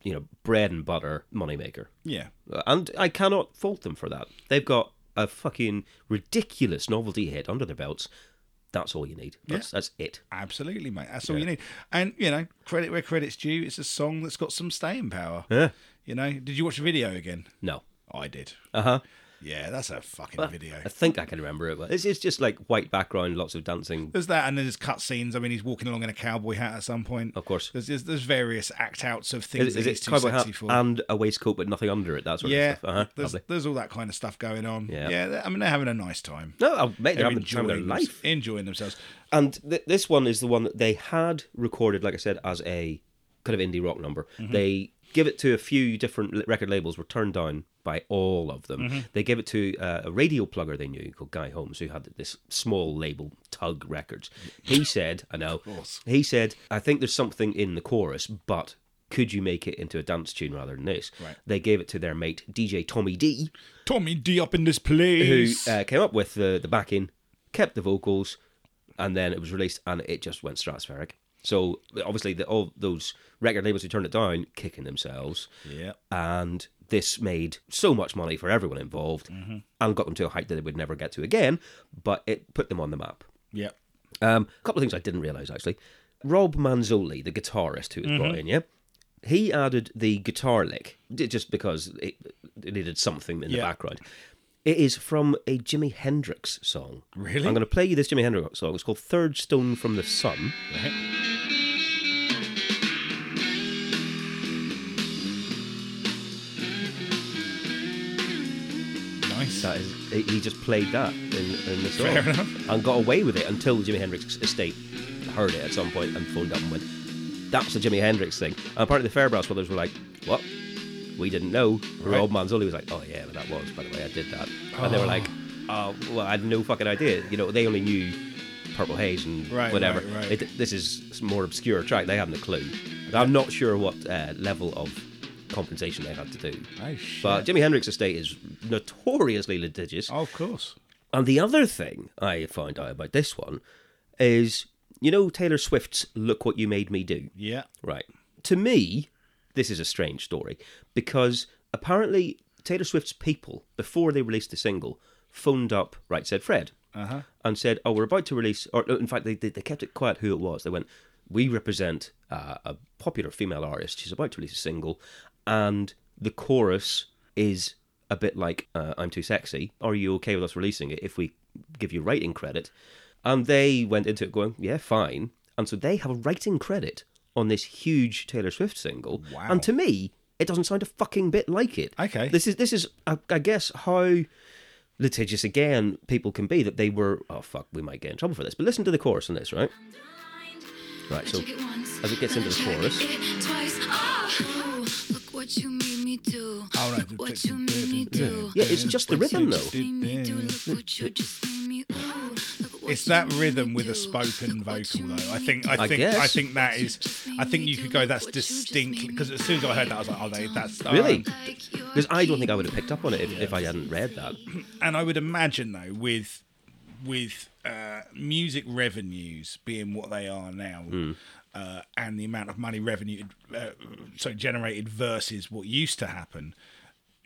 S2: you know bread and butter moneymaker.
S1: Yeah.
S2: And I cannot fault them for that. They've got a fucking ridiculous novelty hit under their belts. That's all you need. That's, that's it.
S1: Absolutely, mate. That's all you need. And you know, credit where credit's due. It's a song that's got some staying power.
S2: Yeah.
S1: You know, did you watch the video again?
S2: No.
S1: I did.
S2: Uh huh.
S1: Yeah, that's a fucking video.
S2: I think I can remember it. Well, it's, it's just like white background, lots of dancing.
S1: There's that, and then there's cutscenes. I mean, he's walking along in a cowboy hat at some point.
S2: Of course.
S1: There's there's, there's various act outs of things
S2: Is,
S1: that
S2: is
S1: he's
S2: it
S1: too
S2: cowboy
S1: sexy
S2: hat
S1: for.
S2: and a waistcoat but nothing under it? That sort
S1: yeah,
S2: of stuff. Uh huh.
S1: there's,
S2: Lovely.
S1: there's all that kind of stuff going on.
S2: Yeah.
S1: yeah. they- I mean, they're having a nice time.
S2: No, oh, mate, they're having the
S1: enjoying
S2: time of their
S1: thems-
S2: life.
S1: enjoying themselves.
S2: And th- this one is the one that they had recorded, like I said, as a kind of indie rock number. They give it to a few different li- record labels, were turned down by all of them. They gave it to uh, a radio plugger they knew called Guy Holmes, who had this small label, Tug Records. He said, I know, he said, I think there's something in the chorus, but could you make it into a dance tune rather than this?
S1: Right.
S2: They gave it to their mate, DJ Tommy D
S1: Tommy D up in this
S2: who
S1: place.
S2: uh, came up with the the backing, kept the vocals, and then it was released, and it just went stratospheric. So obviously, the, all those record labels who turned it down kicking themselves,
S1: yeah.
S2: and this made so much money for everyone involved, and got them to a height that they would never get to again. But it put them on the map.
S1: Yeah.
S2: Um, a couple of things I didn't realize actually. Rob Manzoli, the guitarist who was
S1: Mm-hmm.
S2: brought in, yeah, he added the guitar lick j- just because it, it needed something in the
S1: Yeah.
S2: background. It is from a Jimi Hendrix song.
S1: Really?
S2: I'm going to play you this Jimi Hendrix song. It's called Third Stone from the Sun.
S1: Right. Nice.
S2: That is, he he just played that in, in the song
S1: Fair enough.
S2: and got away with it until Jimi Hendrix estate heard it at some point and phoned up and went, "That's the Jimi Hendrix thing." And apparently the Fairbrass brothers were like, "What? We didn't know."
S1: Right.
S2: Rob Manzoli was like, "Oh yeah, but that was by the way, I did that," and they were like, "Oh, well, I had no fucking idea." You know, they only knew Purple Haze and
S1: Right,
S2: whatever.
S1: right, right.
S2: It- this is a more obscure track; they hadn't a clue. I'm not sure what uh, level of compensation they had to do.
S1: Oh, shit.
S2: But Jimi Hendrix estate is notoriously litigious.
S1: Oh, of course.
S2: And the other thing I found out about this one is, you know, Taylor Swift's "Look What You Made Me Do."
S1: Yeah.
S2: Right. To me, this is a strange story because apparently Taylor Swift's people, before they released the single, phoned up Right Said Fred uh-huh. and said, "Oh, we're about to release." Or in fact, they they they kept it quiet who it was. They went, "We represent uh, a popular female artist. She's about to release a single, and the chorus is a bit like uh, "I'm Too Sexy." Are you okay with us releasing it if we give you writing credit? And they went into it going, "Yeah, fine." And so they have a writing credit on this huge Taylor Swift single.
S1: Wow.
S2: And to me, it doesn't sound a fucking bit like it.
S1: Okay.
S2: This is this is I, I guess how litigious again people can be that they were oh fuck we might get in trouble for this. But listen to the chorus on this, right? Right. So as it gets into the chorus,
S4: Look what you made me do.
S1: All right.
S4: Look what you made me do.
S2: yeah, it's just the rhythm though.
S4: Made me do. Look what you just made me ooh. Look what
S1: It's
S4: you
S1: that
S4: made
S1: rhythm
S4: me
S1: with
S4: do.
S1: a spoken
S4: Look what
S1: vocal
S4: you
S1: though. I
S4: made
S1: think
S4: me
S1: I,
S2: I
S1: think I
S2: guess.
S1: think that is. I think you could go. That's distinctly because as soon as I heard that, I was like, oh, they- that's oh,
S2: Really?
S4: do. Like you're
S2: Because I don't think I would have picked up on it if, if I hadn't read that.
S1: and I would imagine though with with uh, music revenues being what they are now,
S2: Hmm.
S1: uh, and the amount of money revenue uh, so generated versus what used to happen.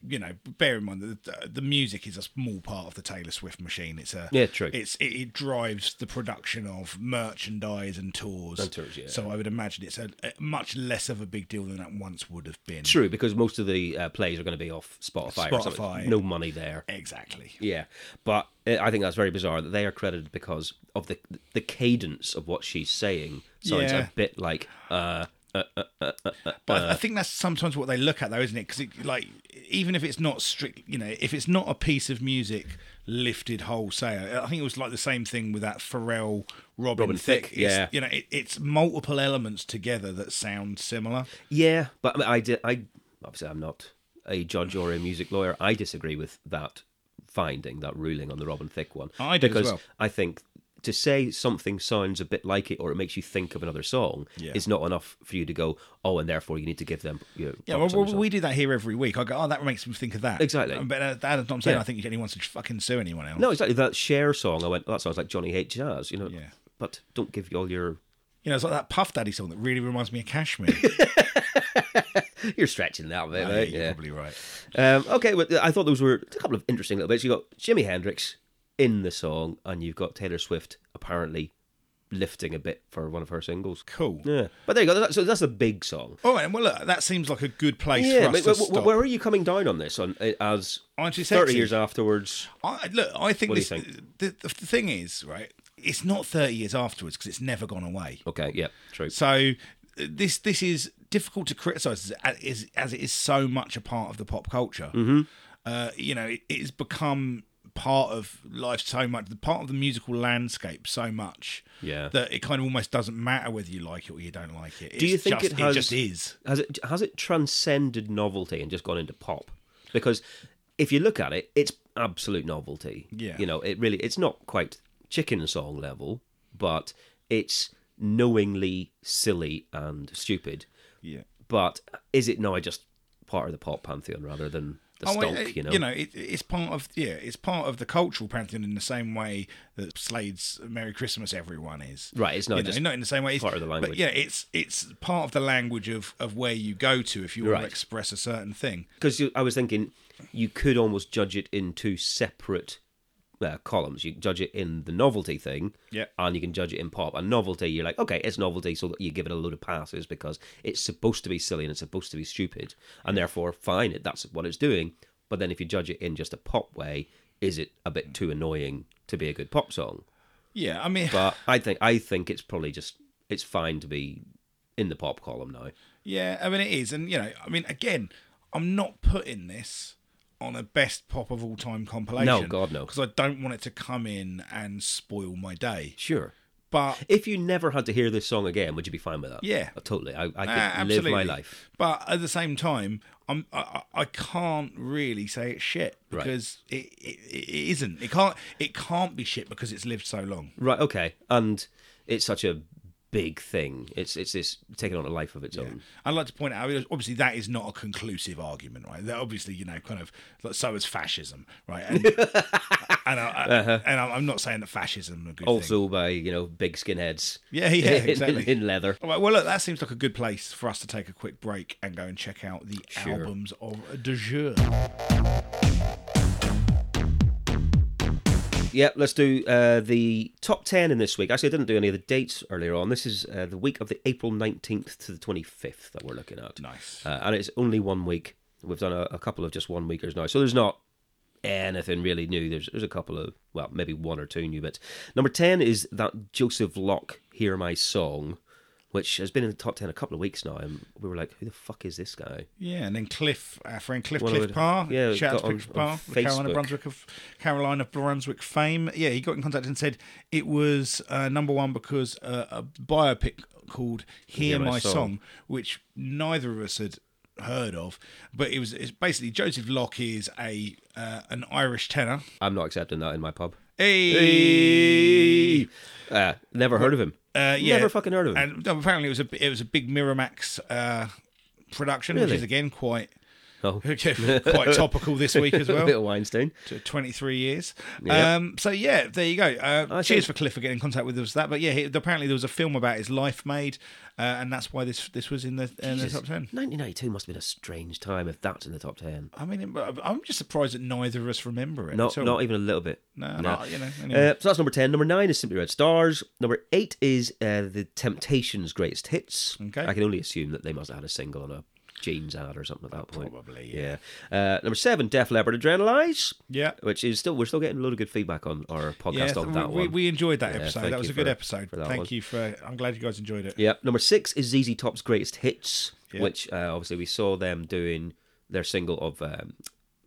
S1: You know, bear in mind that the, the music is a small part of the Taylor Swift machine. It's a
S2: Yeah, true.
S1: It's it, it drives the production of merchandise and tours.
S2: And tours, yeah.
S1: So I would imagine it's a, a much less of a big deal than that once would have been.
S2: True, because most of the uh, plays are going to be off Spotify. Or
S1: Spotify.
S2: something. No money there.
S1: Exactly.
S2: Yeah, but uh, I think that's very bizarre that they are credited because of the the cadence of what she's saying sounds
S1: Yeah.
S2: a bit like uh,
S1: But I think that's sometimes what they look at, though, isn't it? Because it, like, even if it's not strict, you know, if it's not a piece of music lifted wholesale, I think it was like the same thing with that Pharrell Robin,
S2: Robin
S1: Thicke.
S2: Thicke,
S1: It's-
S2: yeah.
S1: you know, it, it's multiple elements together that sound similar.
S2: yeah. But I, mean, I di- I obviously I'm not a judge or a music lawyer. I disagree with that finding, that ruling on the Robin Thicke one.
S1: I do as
S2: because
S1: well.
S2: I think to say something sounds a bit like it or it makes you think of another song
S1: Yeah.
S2: is not enough for you to go oh and therefore you need to give them you know,
S1: Yeah, well,
S2: props on
S1: well,
S2: yourself."
S1: we do that here every week. I go, oh, that makes me think of that.
S2: Exactly.
S1: But uh, that's what I'm saying.
S2: Yeah.
S1: I think anyone should fucking sue anyone else.
S2: no exactly that share song I went that sounds like Johnny H Jazz you know
S1: Yeah.
S2: but don't give all your
S1: You know, it's like that Puff Daddy song that really reminds me of Cashmere.
S2: You're stretching that bit,
S1: yeah,
S2: right?
S1: you're
S2: Yeah.
S1: probably right.
S2: Um, okay, well, I thought those were a couple of interesting little bits. You got Jimi Hendrix in the song, and you've got Taylor Swift apparently lifting a bit for one of her singles.
S1: Cool.
S2: Yeah, but there you go. That's, so that's a big song.
S1: All right, well, look, that seems like a good place
S2: Yeah,
S1: for us
S2: but
S1: to
S2: wh- wh-
S1: stop.
S2: where are you coming down on this? On uh, as
S1: Aren't you
S2: thirty
S1: sexy?
S2: years afterwards?
S1: I, look, I think
S2: What do
S1: this.
S2: you
S1: The, the, the thing is, right? It's not thirty years afterwards because it's never gone away.
S2: Okay, yeah, true.
S1: So uh, this this is difficult to criticize as, as, as it is so much a part of the pop culture.
S2: Mm-hmm.
S1: Uh, you know, it, it has become part of life so much, the part of the musical landscape so much.
S2: Yeah.
S1: That it kind of almost doesn't matter whether you like it or you don't like it.
S2: Do you
S1: It's
S2: think
S1: just,
S2: it has
S1: just is?
S2: Has it has it transcended novelty and just gone into pop? Because if you look at it, it's absolute novelty.
S1: Yeah.
S2: You know, it really it's not quite chicken song level, but it's knowingly silly and stupid.
S1: Yeah.
S2: But is it now just part of the pop pantheon rather than the
S1: Oh,
S2: stonk,
S1: it- it-
S2: you know?
S1: it, it's part of yeah, it's part of the cultural pantheon in the same way that Slade's "Merry Christmas, Everyone" is.
S2: Right, it's not
S1: you know,
S2: just
S1: not in the same way. It's,
S2: part of the
S1: But
S2: language.
S1: yeah, it's it's part of the language of of where you go to if you want
S2: Right.
S1: to express a certain thing.
S2: because I was thinking you could almost judge it in two separate uh, columns. You judge it in the novelty thing,
S1: Yeah.
S2: and you can judge it in pop. And novelty, you're like, okay, it's novelty, so you give it a load of passes because it's supposed to be silly and it's supposed to be stupid, and therefore, fine, it that's what it's doing. But then, if you judge it in just a pop way, is it a bit too annoying to be a good pop song?
S1: Yeah, I mean,
S2: But I think I think it's probably just it's fine to be in the pop column now.
S1: yeah, I mean it is, and you know, I mean, again, I'm not putting this on a best pop of all time compilation.
S2: No, God, no.
S1: because I don't want it to come in and spoil my day.
S2: Sure.
S1: But
S2: If you never had to hear this song again, would you be fine with that?
S1: Yeah.
S2: Uh, totally. I, I could
S1: Ah,
S2: live my
S1: absolutely.
S2: life.
S1: But at the same time, I'm I, I I can't really say it's shit
S2: Right.
S1: because it, it it isn't. It can't it can't be shit because it's lived so long.
S2: Right. Okay. And it's such a big thing. It's it's this taking on a life of its own.
S1: I'd like to point out, I mean, obviously, that is not a conclusive argument, right? That obviously, you know, kind of, so is fascism, right? And, and I, I, and I'm, I'm not saying that fascism is a good thing.
S2: Uh-huh. Also by you know big skinheads.
S1: Yeah, yeah,
S2: in-
S1: exactly.
S2: in leather.
S1: All right, well, look, that seems like a good place for us to take a quick break and go and check out the
S2: Sure.
S1: albums of de jour.
S2: Yeah, let's do uh, the top 10 in this week. Actually, I didn't do any of the dates earlier on. This is uh, the week of the April 19th to the 25th that we're looking at.
S1: Nice.
S2: Uh, and it's only one week. We've done a, a couple of just one weekers now. So there's not anything really new. There's, there's a couple of, well, maybe one or two new bits. Number 10 is that Joseph Locke, Hear My Song, which has been in the top 10 a couple of weeks now. And we were like, who the fuck is this guy?
S1: Yeah, and then Cliff, our friend Cliff
S2: Well, I
S1: Cliff
S2: would-
S1: Parr,
S2: yeah,
S1: shout out
S2: got
S1: to
S2: on-
S1: Cliff Parr,
S2: on
S1: the Carolina
S2: Facebook.
S1: Brunswick of Carolina Brunswick fame. Yeah, he got in contact and said it was uh, number one because uh, a biopic called "Hear, My, Song. which neither of us had heard of, but it was it's basically Joseph Locke is a uh, an Irish tenor.
S2: I'm not accepting that in my pub.
S1: hey.
S2: Uh, never heard of him.
S1: Uh, yeah,
S2: Never fucking heard of him.
S1: And apparently, it was a it was a big Miramax uh, production, which
S2: Really?
S1: is again quite
S2: Oh.
S1: quite topical this week as
S2: a
S1: well.
S2: bit of Weinstein.
S1: to 23 years.
S2: Yep.
S1: Um, so yeah, there you go. Uh,
S2: I
S1: cheers
S2: think-
S1: for Cliff for getting in contact with us. That, but yeah, he, apparently there was a film about his life made, uh, and that's why this this was in the, in the
S2: Jesus.
S1: top 10.
S2: 1992 must have been a strange time if that's in the top 10.
S1: I mean, it- I'm just surprised that neither of us remember it.
S2: Not,
S1: at all.
S2: not even a little bit.
S1: No,
S2: Nah.
S1: no, you know. Anyway.
S2: Uh, so that's number 10. Number 9 is Simply Red Stars. Number 8 is uh, The Temptations' Greatest Hits.
S1: Okay.
S2: I can only assume that they must have had a single on a jeans ad or something at that point.
S1: Probably,
S2: yeah. Uh, number 7, Def Leppard Adrenalize.
S1: Yeah.
S2: Which is still, we're still getting a lot of good feedback on our
S1: yeah,
S2: podcast
S1: th-
S2: on that
S1: we, we-
S2: one.
S1: we enjoyed that
S2: Yeah,
S1: episode.
S2: thank
S1: That was
S2: you
S1: a good
S2: for-
S1: episode.
S2: for that
S1: Thank
S2: one.
S1: you for. I'm glad you guys enjoyed it.
S2: Yeah. Number six is ZZ Top's Greatest Hits,
S1: Yeah.
S2: which uh, obviously we saw them doing their single of um,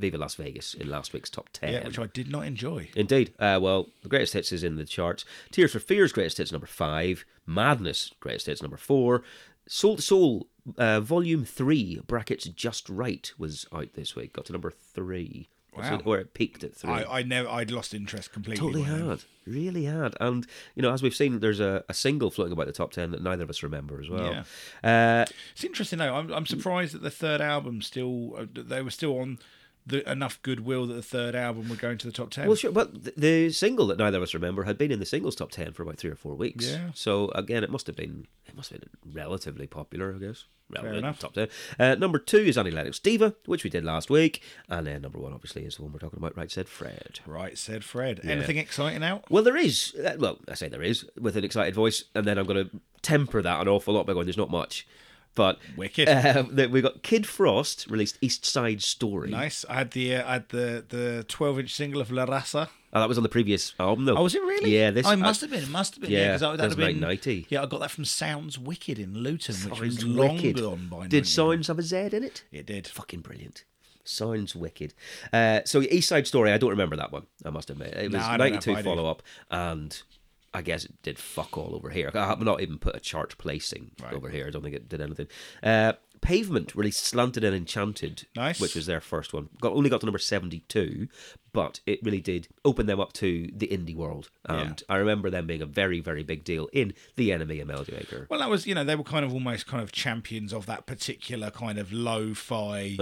S2: Viva Las Vegas in last week's top 10.
S1: yeah, which I did not enjoy.
S2: Indeed. Uh, well, the greatest hits is in the charts. Tears for Fears, greatest hits number five. Madness, greatest hits number four. Soul to Soul, uh, volume three, brackets just right, was out this week. Got to number three.
S1: Wow.
S2: Where it peaked at three.
S1: I, I never. I'd lost interest completely.
S2: Totally
S1: by then.
S2: had, really had, and you know, as we've seen, there's a, a single floating about the top ten that neither of us remember as well. Uh,
S1: It's interesting though. I'm, I'm surprised that the third album still uh, they were still on the enough goodwill that the third album would go into the top ten.
S2: Well, sure, but th- the single that neither of us remember had been in the singles top ten for about three or four weeks.
S1: Yeah.
S2: So again, it must have been it must have been relatively popular, I guess. Relatively
S1: enough.
S2: Top ten. Uh, number two is Annie Lennox Diva, which we did last week, and then number one obviously is the one we're talking about. Right, said Fred.
S1: Right, said Fred. Anything exciting out?
S2: Well, there is. uh, Well, I say there is with an excited voice, and then I'm going to temper that an awful lot by going. There's not much, but
S1: Wicked.
S2: Uh, that we got Kid Frost released East Side Story.
S1: Nice. I had the uh, I had the the twelve inch single of La Raza.
S2: Oh, that was on the previous album, though.
S1: Oh, was it really?
S2: Yeah, this
S1: I must have been. It must have been. Yeah,
S2: yeah,
S1: because that
S2: that was
S1: would have been
S2: 1990.
S1: Yeah, I got that from Sounds Wicked in Luton, which
S2: Sounds
S1: was long
S2: wicked.
S1: gone by.
S2: Did
S1: 1990.
S2: Sounds have a Z in it?
S1: It did.
S2: Fucking brilliant. Sounds wicked. Uh, so East Side Story, I don't remember that one. I must admit, it was
S1: I don't know if I
S2: 92
S1: do.
S2: follow up, and I guess it did fuck all over here. I've not even put a chart placing over here. I don't think it did anything. Uh, Pavement released Slanted and Enchanted,
S1: Nice.
S2: which was their first one. Got only got to number 72, but it really did open them up to the indie world. And I remember them being a very very big deal in The Enemy and Melody Maker.
S1: Well, that was you know they were kind of almost kind of champions of that particular kind of lo-fi,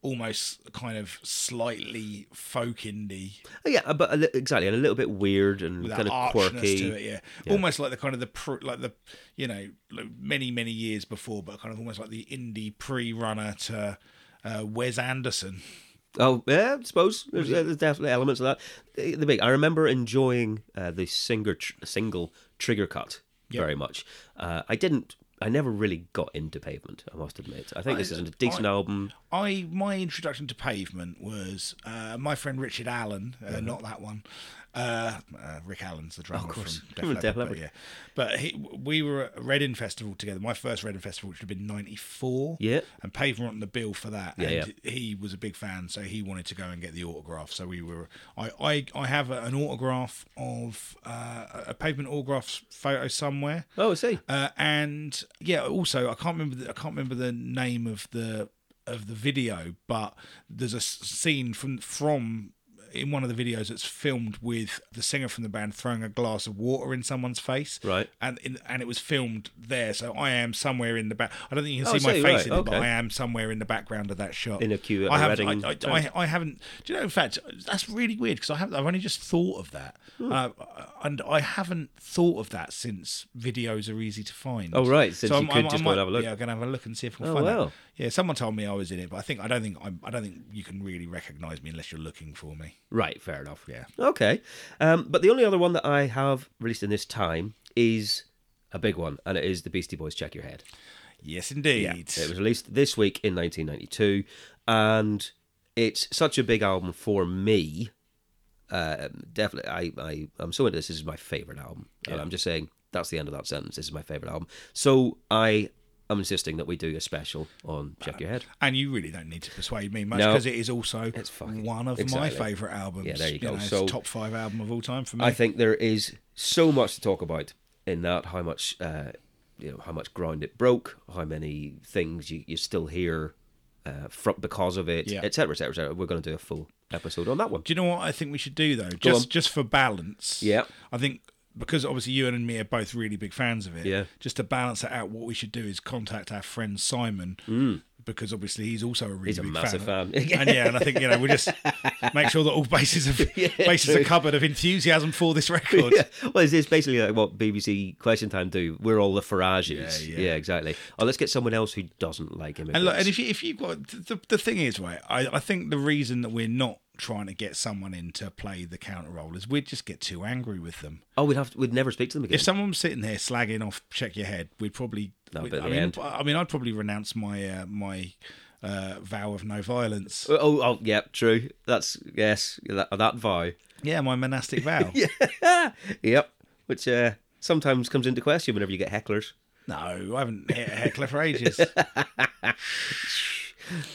S1: almost kind of slightly folk indie.
S2: Oh, Yeah, but a li- exactly, and a little bit weird and
S1: that
S2: kind of
S1: archness
S2: quirky.
S1: to it, yeah. Almost like the kind of the pr- like the you know like many many years before, but kind of almost like the indie pre-runner to uh, Wes Anderson.
S2: Oh yeah, I suppose there's, yeah, there's definitely elements of that. The the big, I remember enjoying uh, the singer tr- single Trigger Cut very much. Uh, I didn't. I never really got into Pavement. I must admit. I think this is a decent
S1: I-
S2: album.
S1: I my introduction to Pavement was uh, my friend Richard Allen, uh, not that one. Uh, uh, Rick Allen's the drummer
S2: course.
S1: from Def Leppard, but
S2: Def Leppard.
S1: yeah. But he, we were at a Reading Festival together. My first Reading Festival, which would have been '94.
S2: Yeah.
S1: And Pavement on the bill for that.
S2: Yeah,
S1: and He was a big fan, so he wanted to go and get the autograph. So we were. I I, I have a- an autograph of uh, a- a Pavement autograph photo somewhere.
S2: Oh, I see.
S1: Uh, and yeah, also I can't remember the, I can't remember the name of the of the video, but there's a s- scene from from in one of the videos that's filmed with the singer from the band throwing a glass of water in someone's face.
S2: Right.
S1: And in, and it was filmed there, so I am somewhere in the back. I don't think you can
S2: Oh,
S1: see my
S2: so
S1: face
S2: you're right,
S1: in it, but
S2: okay.
S1: I am somewhere in the background of that shot.
S2: In a queue at
S1: I
S2: the
S1: haven't.
S2: Reading
S1: I, I,
S2: Fair.
S1: I, I haven't. Do you know? In fact, that's really weird because I haven't. I've only just thought of that,
S2: Hmm.
S1: uh, and I haven't thought of that since videos are easy to find.
S2: Oh, right, since you could just go and
S1: might-
S2: have a look.
S1: Yeah, I'm gonna have a look and see if I can
S2: Oh,
S1: find that.
S2: wow.
S1: Yeah, someone told me I was in it, but I think I don't think I'm, I don't think you can really recognise me unless you're looking for me.
S2: Right, fair enough.
S1: Yeah.
S2: Okay. Um, but the only other one that I have released in this time is a big one, and it is the Beastie Boys Check Your Head.
S1: Yes, indeed.
S2: It was released this week in 1992, and it's such a big album for me. Um, definitely, I, I, I'm so into this. This is my favorite album, and I'm just saying that's the end of that sentence. This is my favorite album. So I am insisting that we do a special on Check Your Head.
S1: and you really don't need to persuade me much
S2: No.
S1: because it is also
S2: It's fucking-
S1: one of my
S2: exactly.
S1: favourite albums.
S2: Yeah, there you go.
S1: Know, it's
S2: So-
S1: top five album of all time for me.
S2: I think there is so much to talk about in that. How much, uh, you know, how much ground it broke. How many things you, you still hear uh, from because of it,
S1: Yeah.
S2: etc., etc., etc. We're going to do a full episode on that one.
S1: Do you know what I think we should do though? Just
S2: on.
S1: just for balance.
S2: Yeah.
S1: I think because obviously you and me are both really big fans of it.
S2: Yeah.
S1: Just to balance it out, what we should do is contact our friend Simon. Because obviously he's also a really
S2: Hmm. a
S1: big
S2: massive
S1: fan,
S2: fan.
S1: and yeah, and I think you know we just make sure that all bases of bases are covered of enthusiasm for this record.
S2: Yeah. Well, it's, it's basically like what BBC Question Time do. We're all the Farages.
S1: Yeah,
S2: Yeah,
S1: yeah.
S2: exactly. Oh, let's get someone else who doesn't like him.
S1: And look, and
S2: it's-
S1: if you, if you've got the, the thing is right, I, I think the reason that we're not trying to get someone in to play the counter role is we'd just get too angry with them.
S2: oh, we'd have to, we'd never speak to them again.
S1: If someone was sitting there slagging off, check your head, we'd probably.
S2: No,
S1: we-
S2: but at
S1: I
S2: the
S1: mean,
S2: end.
S1: I mean, I'd probably renounce my uh, my uh, vow of no violence.
S2: Oh, oh, yeah, true. That's yes, that, that vow.
S1: Yeah, my monastic vow.
S2: Yep, which uh, sometimes comes into question whenever you get hecklers.
S1: No, I haven't hit a heckler for ages.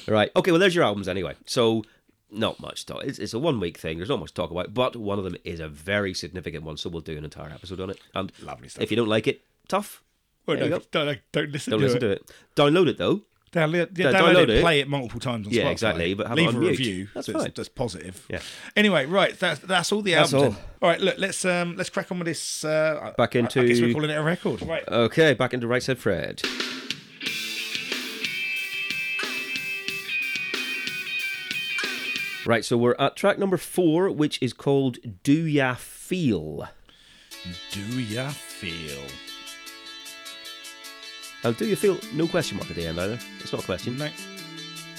S2: Right. Okay. Well, there's your albums anyway. So not much talk. It's, it's a one week thing. There's not much to talk about, but one of them is a very significant one. So we'll do an entire episode on it. And
S1: Lovely stuff.
S2: If you don't like it, tough.
S1: Well,
S2: There you
S1: no,
S2: go.
S1: don't, don't listen,
S2: Don't
S1: to,
S2: listen
S1: it.
S2: to it. Download it though.
S1: Download, yeah,
S2: Don't-
S1: download
S2: download
S1: it,
S2: it.
S1: play it multiple times on
S2: Yeah,
S1: Spotify.
S2: exactly, but have it
S1: leave
S2: on
S1: a
S2: mute.
S1: review.
S2: That's
S1: that's,
S2: fine.
S1: that's positive.
S2: Yeah.
S1: Anyway, right, that's that's all the albums.
S2: That's
S1: then. all right, look, let's um let's crack on with this. Uh,
S2: Back
S1: I- I, guess
S2: into-
S1: we're calling it a record. Right.
S2: Okay. Back into Right Said Fred. Right. So we're at track number four, which is called "Do Ya Feel."
S1: Do ya feel?
S2: Now, do you feel? No question mark at the end either. It's not a question
S1: No,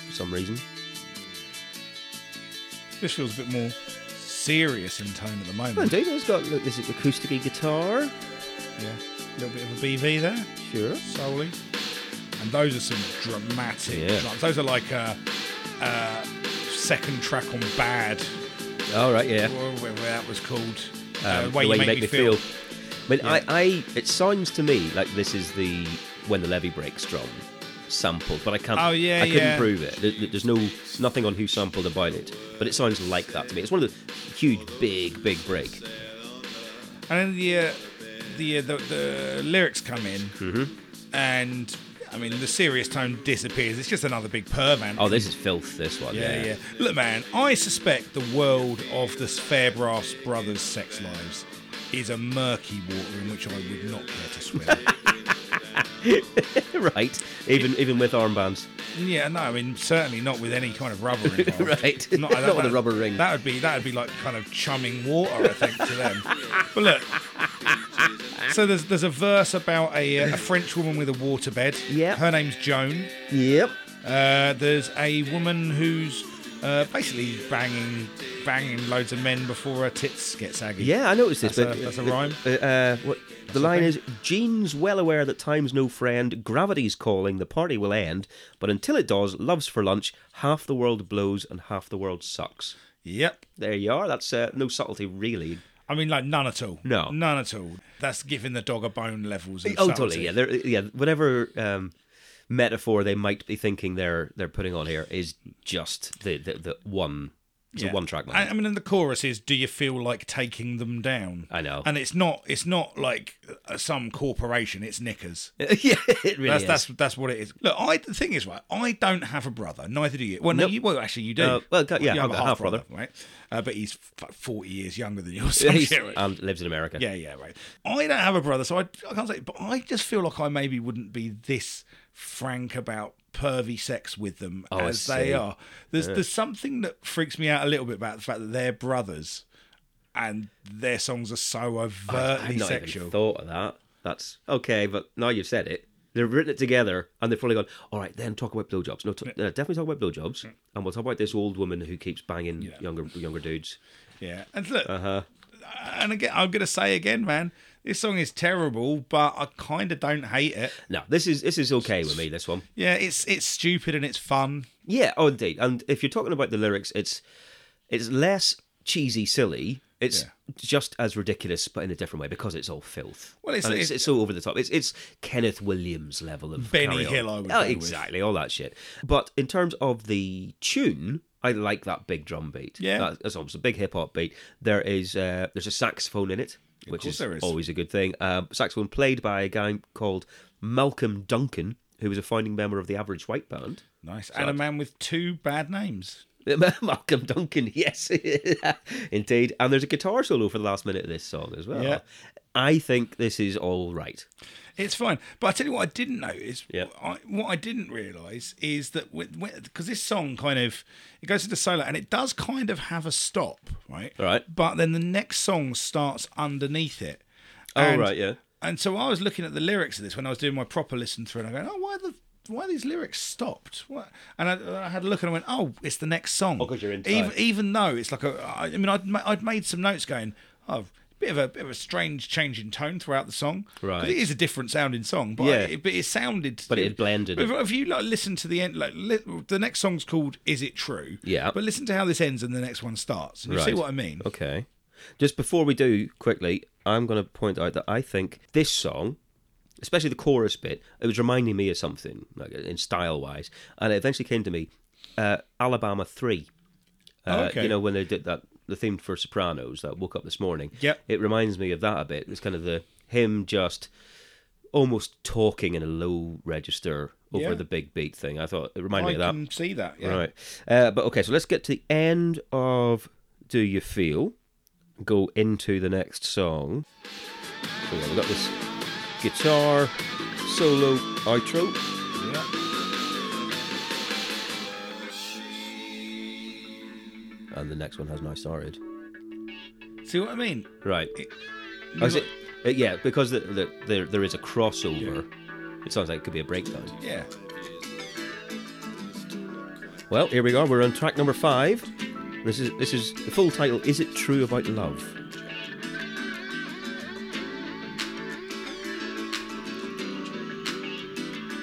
S2: for some reason.
S1: this feels a bit more serious in tone at the
S2: Well,
S1: moment.
S2: indeed, it's got look, this is acoustic guitar.
S1: Yeah, a little bit of a BV there,
S2: Sure.
S1: solely. And those are some dramatic
S2: Yeah.
S1: drums. Those are like a, uh second track on Bad,
S2: All right, yeah.
S1: or whatever that was called.
S2: Um,
S1: uh, way you make, me feel.
S2: I mean, I, I, it sounds to me like this is the when the levee breaks drum sampled, but I can't.
S1: Oh, yeah,
S2: I
S1: yeah.
S2: couldn't prove it. There- There's no nothing on who sampled about it, but it sounds like that to me. It's one of the huge, big, big break.
S1: And then the uh, the, uh, the the lyrics come in,
S2: Mm-hmm.
S1: and I mean the serious tone disappears. It's just another big pervant.
S2: Oh, this is filth. This one.
S1: yeah, yeah. Look, man, I suspect the world of the Fairbrass brothers' sex lives is a murky water in which I would not care to swim.
S2: right. Even even with armbands.
S1: yeah, no, I mean certainly not with any kind of rubber involved.
S2: Right.
S1: Not, I don't-
S2: Not with a rubber ring.
S1: That would be that would be like kind of chumming water, I think, to them. But look. So there's there's a verse about a, uh, a French woman with a waterbed.
S2: Yeah.
S1: Her name's Joan.
S2: Yep.
S1: Uh, there's a woman who's uh, basically banging banging loads of men before her tits get saggy.
S2: Yeah, I noticed this.
S1: That's
S2: but
S1: a- that's a rhyme.
S2: Uh, uh, what, the line is: "Jean's well aware that time's no friend. Gravity's calling. The party will end, but until it does, love's for lunch. Half the world blows and half the world sucks."
S1: Yep.
S2: There you are. That's uh, no subtlety, really.
S1: I mean, like none at all.
S2: No.
S1: None at all. That's giving the dog a bone levels. Of
S2: Oh,
S1: subtlety.
S2: totally. Yeah, they're, yeah. Whatever um, metaphor they might be thinking they're they're putting on here is just the the, the one It's
S1: Yeah.
S2: a one track
S1: I,
S2: mind.
S1: I mean, and the chorus is, "Do you feel like taking them down?"
S2: I know.
S1: and it's not. It's not like uh, some corporation. It's Knickers.
S2: yeah, it really
S1: That's
S2: is.
S1: that's that's what it is. Look, I the thing is, right? I don't have a brother. Neither do you. Well, no,
S2: Nope.
S1: you. Well, actually, you do.
S2: Uh, well, yeah,
S1: you
S2: I've got a half-brother.
S1: right? Uh, but he's f- forty years younger than you. Or
S2: Yeah,
S1: some
S2: he's- uh,
S1: shit, right?
S2: and lives in America.
S1: Yeah, yeah, right. I don't have a brother, so I, I can't say. But I just feel like I maybe wouldn't be this frank about pervy sex with them
S2: Oh, I
S1: as they
S2: see.
S1: are. There's there's something that freaks me out a little bit about the fact that they're brothers, and their songs are so
S2: I've
S1: overtly
S2: not
S1: sexual.
S2: even thought of that. That's okay, but now you've said it. They've written it together and they've probably gone, all right, then talk about blowjobs. No, t- uh, definitely talk about blowjobs. And we'll talk about this old woman who keeps banging younger younger dudes.
S1: Yeah, and look, and again, I'm gonna say again, man, this song is terrible, but I kind of don't hate it.
S2: No, this is this is okay with me, this one.
S1: Yeah, it's it's stupid and it's fun.
S2: Yeah, oh indeed. And if you're talking about the lyrics, it's it's less cheesy silly. It's
S1: Yeah.
S2: just as ridiculous, but in a different way because it's all filth.
S1: Well, it's-
S2: And it's,
S1: it-
S2: it's so over the top. It's it's Kenneth Williams level of
S1: Benny
S2: carry-on.
S1: Hill, I would
S2: oh,
S1: go with.
S2: exactly all that shit. But in terms of the tune, I like that big drum beat.
S1: Yeah.
S2: That- that's almost a big hip hop beat. There is uh, there's a saxophone in it, which
S1: course
S2: is,
S1: there is.
S2: always a good thing. Um, saxophone played by a guy called Malcolm Duncan, who was a founding member of the Average White Band.
S1: Nice, and a man with two bad names.
S2: Malcolm Duncan, yes, indeed. And there's a guitar solo for the last minute of this song as well.
S1: Yeah.
S2: I think this is all right.
S1: It's fine, but I tell you what, I didn't notice.
S2: Yeah.
S1: I, what I didn't realise is that because this song kind of it goes into solo and it does kind of have a stop, right?
S2: Right.
S1: But then the next song starts underneath it.
S2: Oh,
S1: And-
S2: right, yeah.
S1: And so I was looking at the lyrics of this when I was doing my proper listen through, and I go, "Oh, why the." Why are these lyrics stopped? What? And I, I had a look and I went, "Oh, it's the next song." Oh,
S2: 'cause you're in
S1: Even,
S2: time.
S1: even though it's like a, I I mean, I'd, ma- I'd made some notes going, "Oh, bit of a bit of a strange change in tone throughout the song." 'Cause
S2: Right.
S1: It is a different sounding song, but
S2: Yeah.
S1: it, but it sounded.
S2: But it blended
S1: If,
S2: it.
S1: if you like, listen to the end, like li- the next song's called "Is It True?"
S2: Yeah.
S1: But listen to how this ends and the next one starts, and you see
S2: Right. Uh,
S1: what I mean.
S2: Okay. Just before we do, quickly, I'm going to point out that I think this song, especially the chorus bit, it was reminding me of something, like in style wise. And it eventually came to me uh, Alabama 3. Uh,
S1: Okay.
S2: You know, when they did that, the theme for Sopranos, that woke up this morning.
S1: Yep.
S2: It reminds me of that a bit. It's kind of the him just almost talking in a low register over
S1: Yeah.
S2: the big beat thing. I thought it reminded
S1: I
S2: me of that.
S1: can see that. Yeah.
S2: Right. Uh, but okay, so let's get to the end of Do You Feel? Go into the next song. So yeah, we've got this guitar solo outro.
S1: Yeah.
S2: And the next one has now started.
S1: See what I mean?
S2: Right.
S1: It-
S2: Is it- uh, yeah, because the, the, there, there is a crossover. It sounds like it could be a breakdown.
S1: Yeah.
S2: Well, here we are. We're on track number five. This is this is the full title. Is it true about love?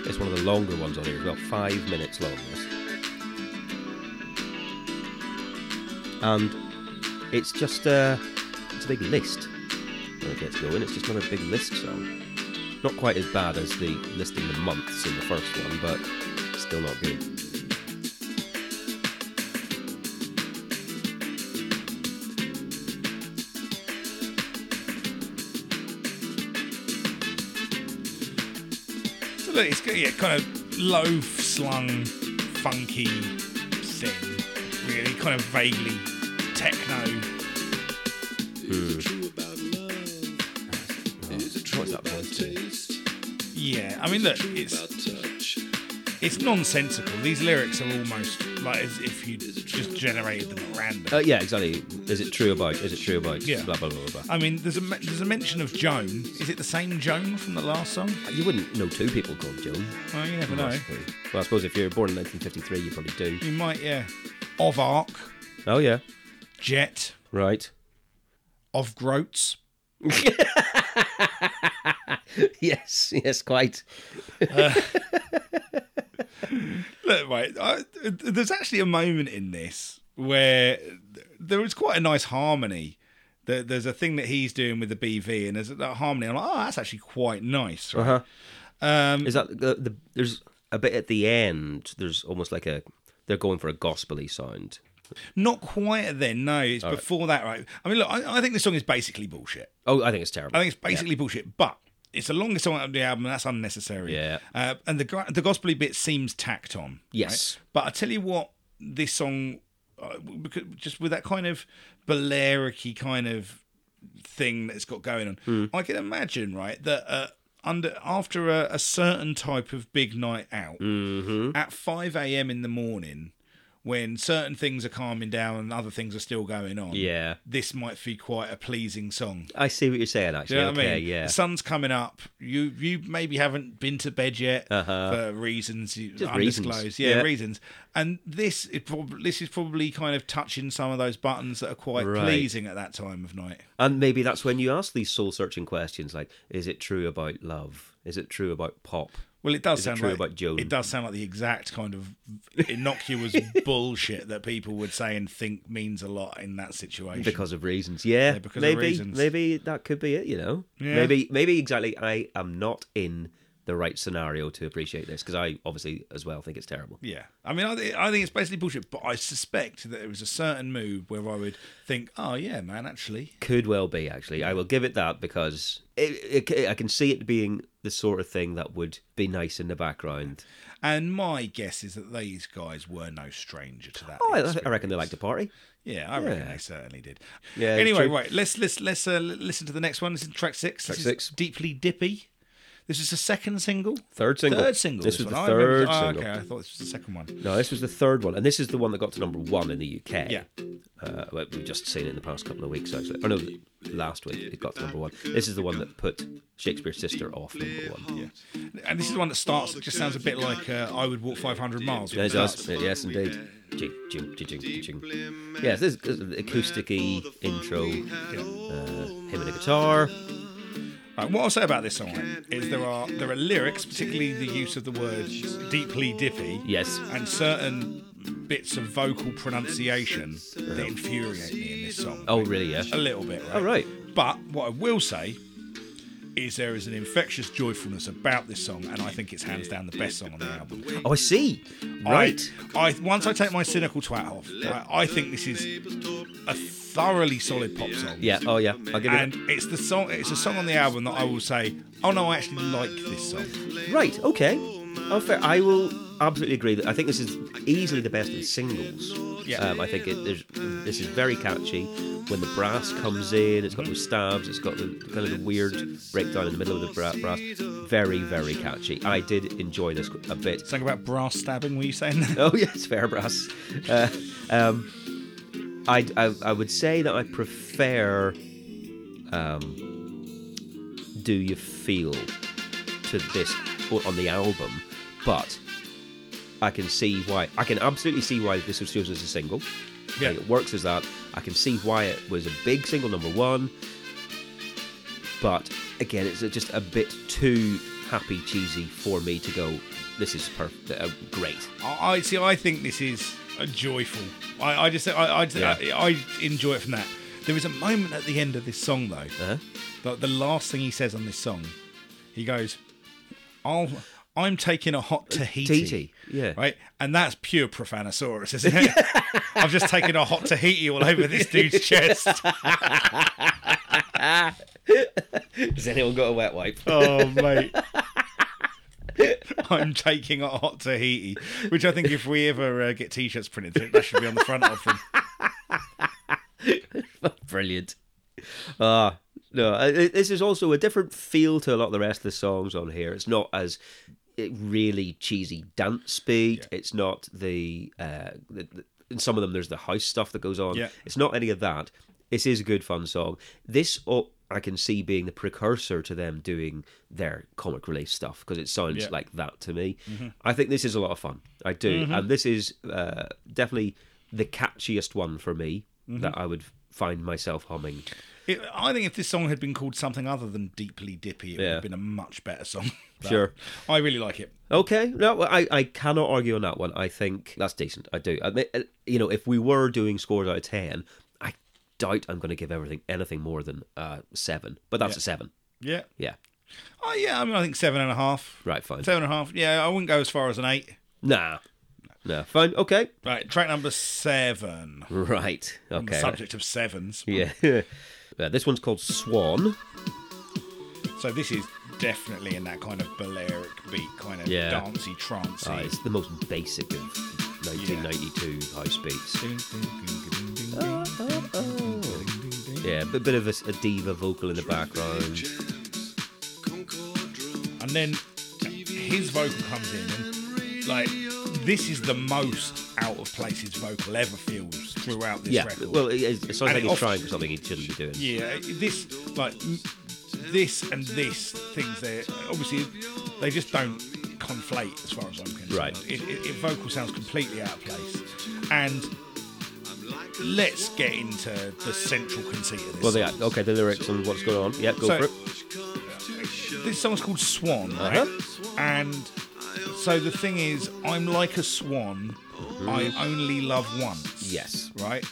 S2: It's one of the longer ones on here. It's about five minutes long. this. And it's just uh, it's a big list when it gets going. It's just another big list song. Not quite as bad as the listing the months in the first one, but still not good.
S1: So look, it's got- yeah, kind of low slung, funky thing, really, kind of vaguely techno.
S3: Is it true about love? Is it
S2: Mm.
S3: true
S2: Oh. What's that
S3: about
S2: voice doing?
S3: taste?
S1: Yeah, I mean, look,
S3: True
S1: it's
S3: about touch?
S1: it's nonsensical. These lyrics are almost like as if you just generated them at random.
S2: Uh, yeah, exactly. Is it true about? Is it true about?
S1: Yeah.
S2: Blah blah blah blah. blah.
S1: I mean, there's a me- there's a mention of Joan. Is it the same Joan from the last song?
S2: you wouldn't know two people called Joan.
S1: Well, you never know.
S2: Well, I suppose if you're born in 1953, you probably do.
S1: You might, yeah. Of Arc,
S2: Oh yeah,
S1: Jet,
S2: right.
S1: of Groats,
S2: Yes, yes, quite.
S1: Look, right. I, there's actually a moment in this where there is quite a nice harmony. There- There's a thing that he's doing with the BV, and there's that harmony. I'm like, oh, that's actually quite nice. Right? Um,
S2: Is that the, the? There's a bit at the end. There's almost like a. They're going for a gospely sound.
S1: Not quite then, no. It's before that, right? I mean, look, I, I think this song is basically bullshit.
S2: Oh, I think it's terrible.
S1: I think it's basically bullshit, but it's the longest song on the album. and That's unnecessary.
S2: Yeah.
S1: Uh, and the gr- the gospely bit seems tacked on.
S2: Yes.
S1: But I tell you what, this song, uh, because- just with that kind of Balearic-y kind of thing that's got going on,
S2: Hmm.
S1: I can imagine, right, that uh, under after a, a certain type of big night out,
S2: Mm-hmm.
S1: at 5 a.m. in the morning, when certain things are calming down and other things are still going on,
S2: Yeah.
S1: this might be quite a pleasing song.
S2: I see what you're saying.
S1: Do
S2: Actually,
S1: you know
S2: okay,
S1: what I mean?
S2: yeah.
S1: The sun's coming up. You you maybe haven't been to bed yet for reasons you,
S2: Uh-huh. Just reasons.
S1: undisclosed. Yeah,
S2: Yeah.
S1: reasons. And this is prob- this is probably kind of touching some of those buttons that are quite
S2: Right.
S1: pleasing at that time of night.
S2: And maybe that's when you ask these soul searching questions like, is it true about love? Is it true about pop?
S1: Well, it does
S2: Is it
S1: sound
S2: true
S1: like
S2: about Joan?
S1: it does sound like the exact kind of innocuous bullshit that people would say and think means a lot in that situation.
S2: Because of reasons. Yeah.
S1: Yeah, because of
S2: maybe
S1: reasons.
S2: maybe that could be it, you know?
S1: Yeah.
S2: Maybe maybe exactly I am not in the right scenario to appreciate this because I obviously as well think it's terrible.
S1: Yeah, I mean, I, thi- I think it's basically bullshit, but I suspect that there was a certain move where I would think, "Oh yeah, man, actually,
S2: Could well be actually. I will give it that because it, it, I can see it being the sort of thing that would be nice in the background.
S1: And my guess is that these guys were no stranger to that.
S2: Oh, I, I
S1: experience.
S2: reckon they like to party.
S1: Yeah, I reckon
S2: Yeah.
S1: they certainly did.
S2: Yeah,
S1: Anyway,
S2: true.
S1: right. Let's let's let's uh, l- listen to the next one. This is track six.
S2: Track
S1: this
S2: six.
S1: Is Deeply dippy. This is the second single.
S2: Third single.
S1: Third single.
S2: This was
S1: one.
S2: the
S1: I remember-
S2: third
S1: oh,
S2: single.
S1: Okay, I thought this was the second one.
S2: No, this was the third one, and this is the one that got to number one in the UK.
S1: Yeah.
S2: uh, well, we've just seen it in the past couple of weeks, actually. Or no, last week it got to number one. This is the one that put Shakespeare's Sister off number one. Yeah,
S1: And this is the one that starts. It just sounds a bit like uh, I would walk 500 miles.
S2: it does. Yes, indeed. Jing, jing, jing, jing, jing. Yes, this is an acoustic-y intro. Uh, him and a guitar.
S1: Right, uh, what I'll say about this song right, is there are there are lyrics, particularly the use of the word "deeply dippy."
S2: Yes.
S1: and certain bits of vocal pronunciation that infuriate me in this song.
S2: Oh, really? Yeah.
S1: A little bit, right?
S2: Oh, right.
S1: But what I will say is there is an infectious joyfulness about this song, and I think it's hands down the best song on the album.
S2: Oh, I see.
S1: I-
S2: Right.
S1: I, once I take my cynical twat off, right, I think this is a thoroughly solid pop song.
S2: Yeah. Oh, yeah. I'll give
S1: And
S2: it.
S1: it's the song. It's a song on the album that I will say, "Oh no, I actually like this song."
S2: Right. Okay. Oh, fair. I will absolutely agree that I think this is easily the best of the singles.
S1: Yeah.
S2: Um, I think it, there's, this is very catchy. When the brass comes in, it's got those stabs, it's got the kind of the weird breakdown in the middle of the bra- brass. Very, very catchy. I did enjoy this a bit.
S1: Something about brass stabbing. Were you saying that?
S2: Oh yes, fair brass. Uh, um, I, I I would say that I prefer um, "Do You Feel" to this o- on the album, but I can see why. I can absolutely see why this was chosen as a single. I think It works as that. I can see why it was a big single number one, but again, it's just a bit too happy cheesy for me to go. This is perfect. Uh, great.
S1: I, I see. I think this is a joyful. I, I just, I, I, I, I enjoy it from that. There is a moment at the end of this song, though.
S2: Uh-huh.
S1: Like the last thing he says on this song, he goes, "I'll, I'm taking a hot Tahiti."
S2: Tahiti, yeah.
S1: Right, and that's pure profanosaurus, isn't it? I've just taken a hot Tahiti all over this dude's chest.
S2: Has anyone got a wet wipe?
S1: Oh, mate. I'm taking a hot Tahiti, which I think if we ever uh, get t-shirts printed, that should be on the front of them.
S2: Brilliant. Ah, no, I- I- this is also a different feel to a lot of the rest of the songs on here. It's not as it really cheesy dance beat. It's not the, uh, the, the- in some of them there's the house stuff that goes on.
S1: Yeah.
S2: It's not any of that. It is a good fun song. This oh, I can see being the precursor to them doing their comic relief stuff because it sounds
S1: Yeah. Mm-hmm.
S2: like that to me. I think this is a lot of fun. I do, and this is uh, definitely the catchiest one for me
S1: Mm-hmm.
S2: that I would find myself humming.
S1: It, I think if this song had been called something other than Deeply Dippy, it would
S2: Yeah.
S1: have been a much better song. But
S2: Sure.
S1: I really like it.
S2: Okay, no, I, I cannot argue on that one. I think that's decent. I do. I, mean, uh, you know, if we were doing scores out of ten, I doubt I'm going to give everything anything more than uh, seven. But that's a seven.
S1: Yeah.
S2: Yeah.
S1: Oh, yeah, I mean, I think seven and a half.
S2: Right. Fine.
S1: Seven and a half. Yeah, I wouldn't go as far as an eight.
S2: Nah. No, fine. Okay.
S1: Right, track number seven.
S2: Right.
S1: On the
S2: Okay.
S1: subject of sevens.
S2: Yeah. Yeah, this one's called Swan.
S1: So this is definitely in that kind of Balearic beat, kind of
S2: Yeah.
S1: dancey, trancey.
S2: Ah, it's the most basic of 1992 high speeds. Uh,
S1: Ding, ding, ding, ding, ding, ding.
S2: Yeah, a bit of a, a diva vocal in the background.
S1: and then his vocal comes in and like this is the most out of place his vocal ever feels throughout this
S2: Yeah.
S1: record.
S2: Well, it, it
S1: And
S2: sounds like
S1: it
S2: he's
S1: often-
S2: trying for something he shouldn't be doing.
S1: yeah, this like m- this and this things there obviously they just don't conflate as far as I'm concerned.
S2: Right.
S1: It, it, it vocal sounds completely out of place, and let's get into the central conceit of this.
S2: Well,
S1: song.
S2: yeah. Okay, the lyrics and what's going on. Yeah, go
S1: So-
S2: for it.
S1: this song's called Swan, right?
S2: Uh-huh.
S1: And so the thing is, I'm like a swan. I
S2: Mm-hmm.
S1: only love once.
S2: Yes.
S1: Right.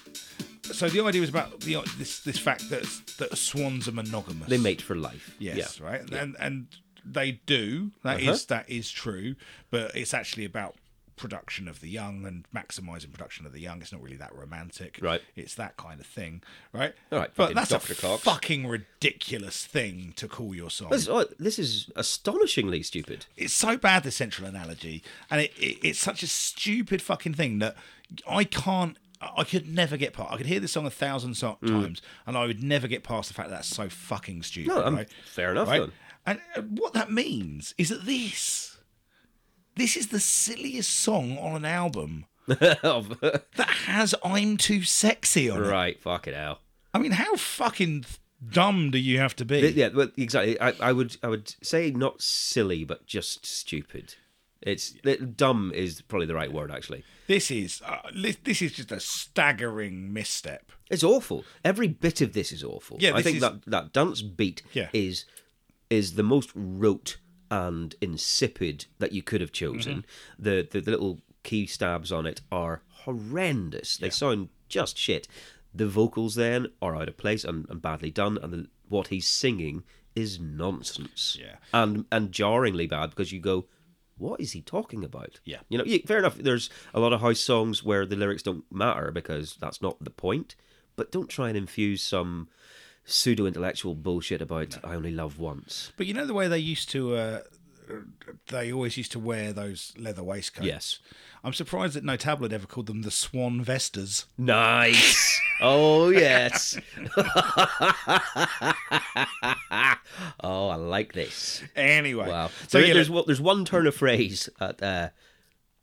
S1: So the idea is about the this this fact that that swans are monogamous.
S2: They mate for life.
S1: Yes.
S2: Yeah.
S1: Right. And and they do. That is
S2: Uh-huh.
S1: that is true. But it's actually about production of the young and maximizing production of the young. It's not really that romantic.
S2: Right.
S1: It's that kind of thing. Right.
S2: All right,
S1: But
S2: fucking
S1: that's
S2: Dr.
S1: a
S2: Cox.
S1: fucking ridiculous thing to call your song.
S2: This, oh, this is astonishingly stupid.
S1: it's so bad the central analogy and it, it, it's such a stupid fucking thing that i can't i could never get past i could hear this song a thousand so-
S2: Mm.
S1: times and i would never get past the fact that that's so fucking stupid
S2: No, um,
S1: right?
S2: fair enough
S1: right?
S2: then.
S1: and uh, what that means is that this this is the silliest song on an album that has i'm too sexy on it
S2: right, fuck it out.
S1: i mean how fucking dumb do you have to be
S2: Yeah, well, exactly. I, I would, I would say not silly, but just stupid. It's dumb is probably the right word actually.
S1: this is uh, li- this is just a staggering misstep
S2: It's awful. Every bit of this is awful.
S1: Yeah,
S2: I
S1: this
S2: think
S1: is-
S2: that that dance beat
S1: Yeah.
S2: is is the most rote and insipid that you could have chosen.
S1: Mm-hmm.
S2: The, the the little key stabs on it are horrendous. They sound just shit. The vocals then are out of place and, and badly done, and the, what he's singing is nonsense.
S1: Yeah.
S2: and and jarringly bad because you go. What is he talking about?
S1: Yeah.
S2: you know, yeah, fair enough. There's a lot of house songs where the lyrics don't matter because that's not the point. But don't try and infuse some pseudo intellectual bullshit about I only love once.
S1: But you know the way they used to, uh, they always used to wear those leather waistcoats.
S2: Yes.
S1: I'm surprised that no tablet ever called them the swan vestas.
S2: Nice. oh yes. oh, I like this.
S1: Anyway,
S2: Wow.
S1: so
S2: So
S1: yeah,
S2: there's
S1: let-
S2: one- there's one turn of phrase at uh,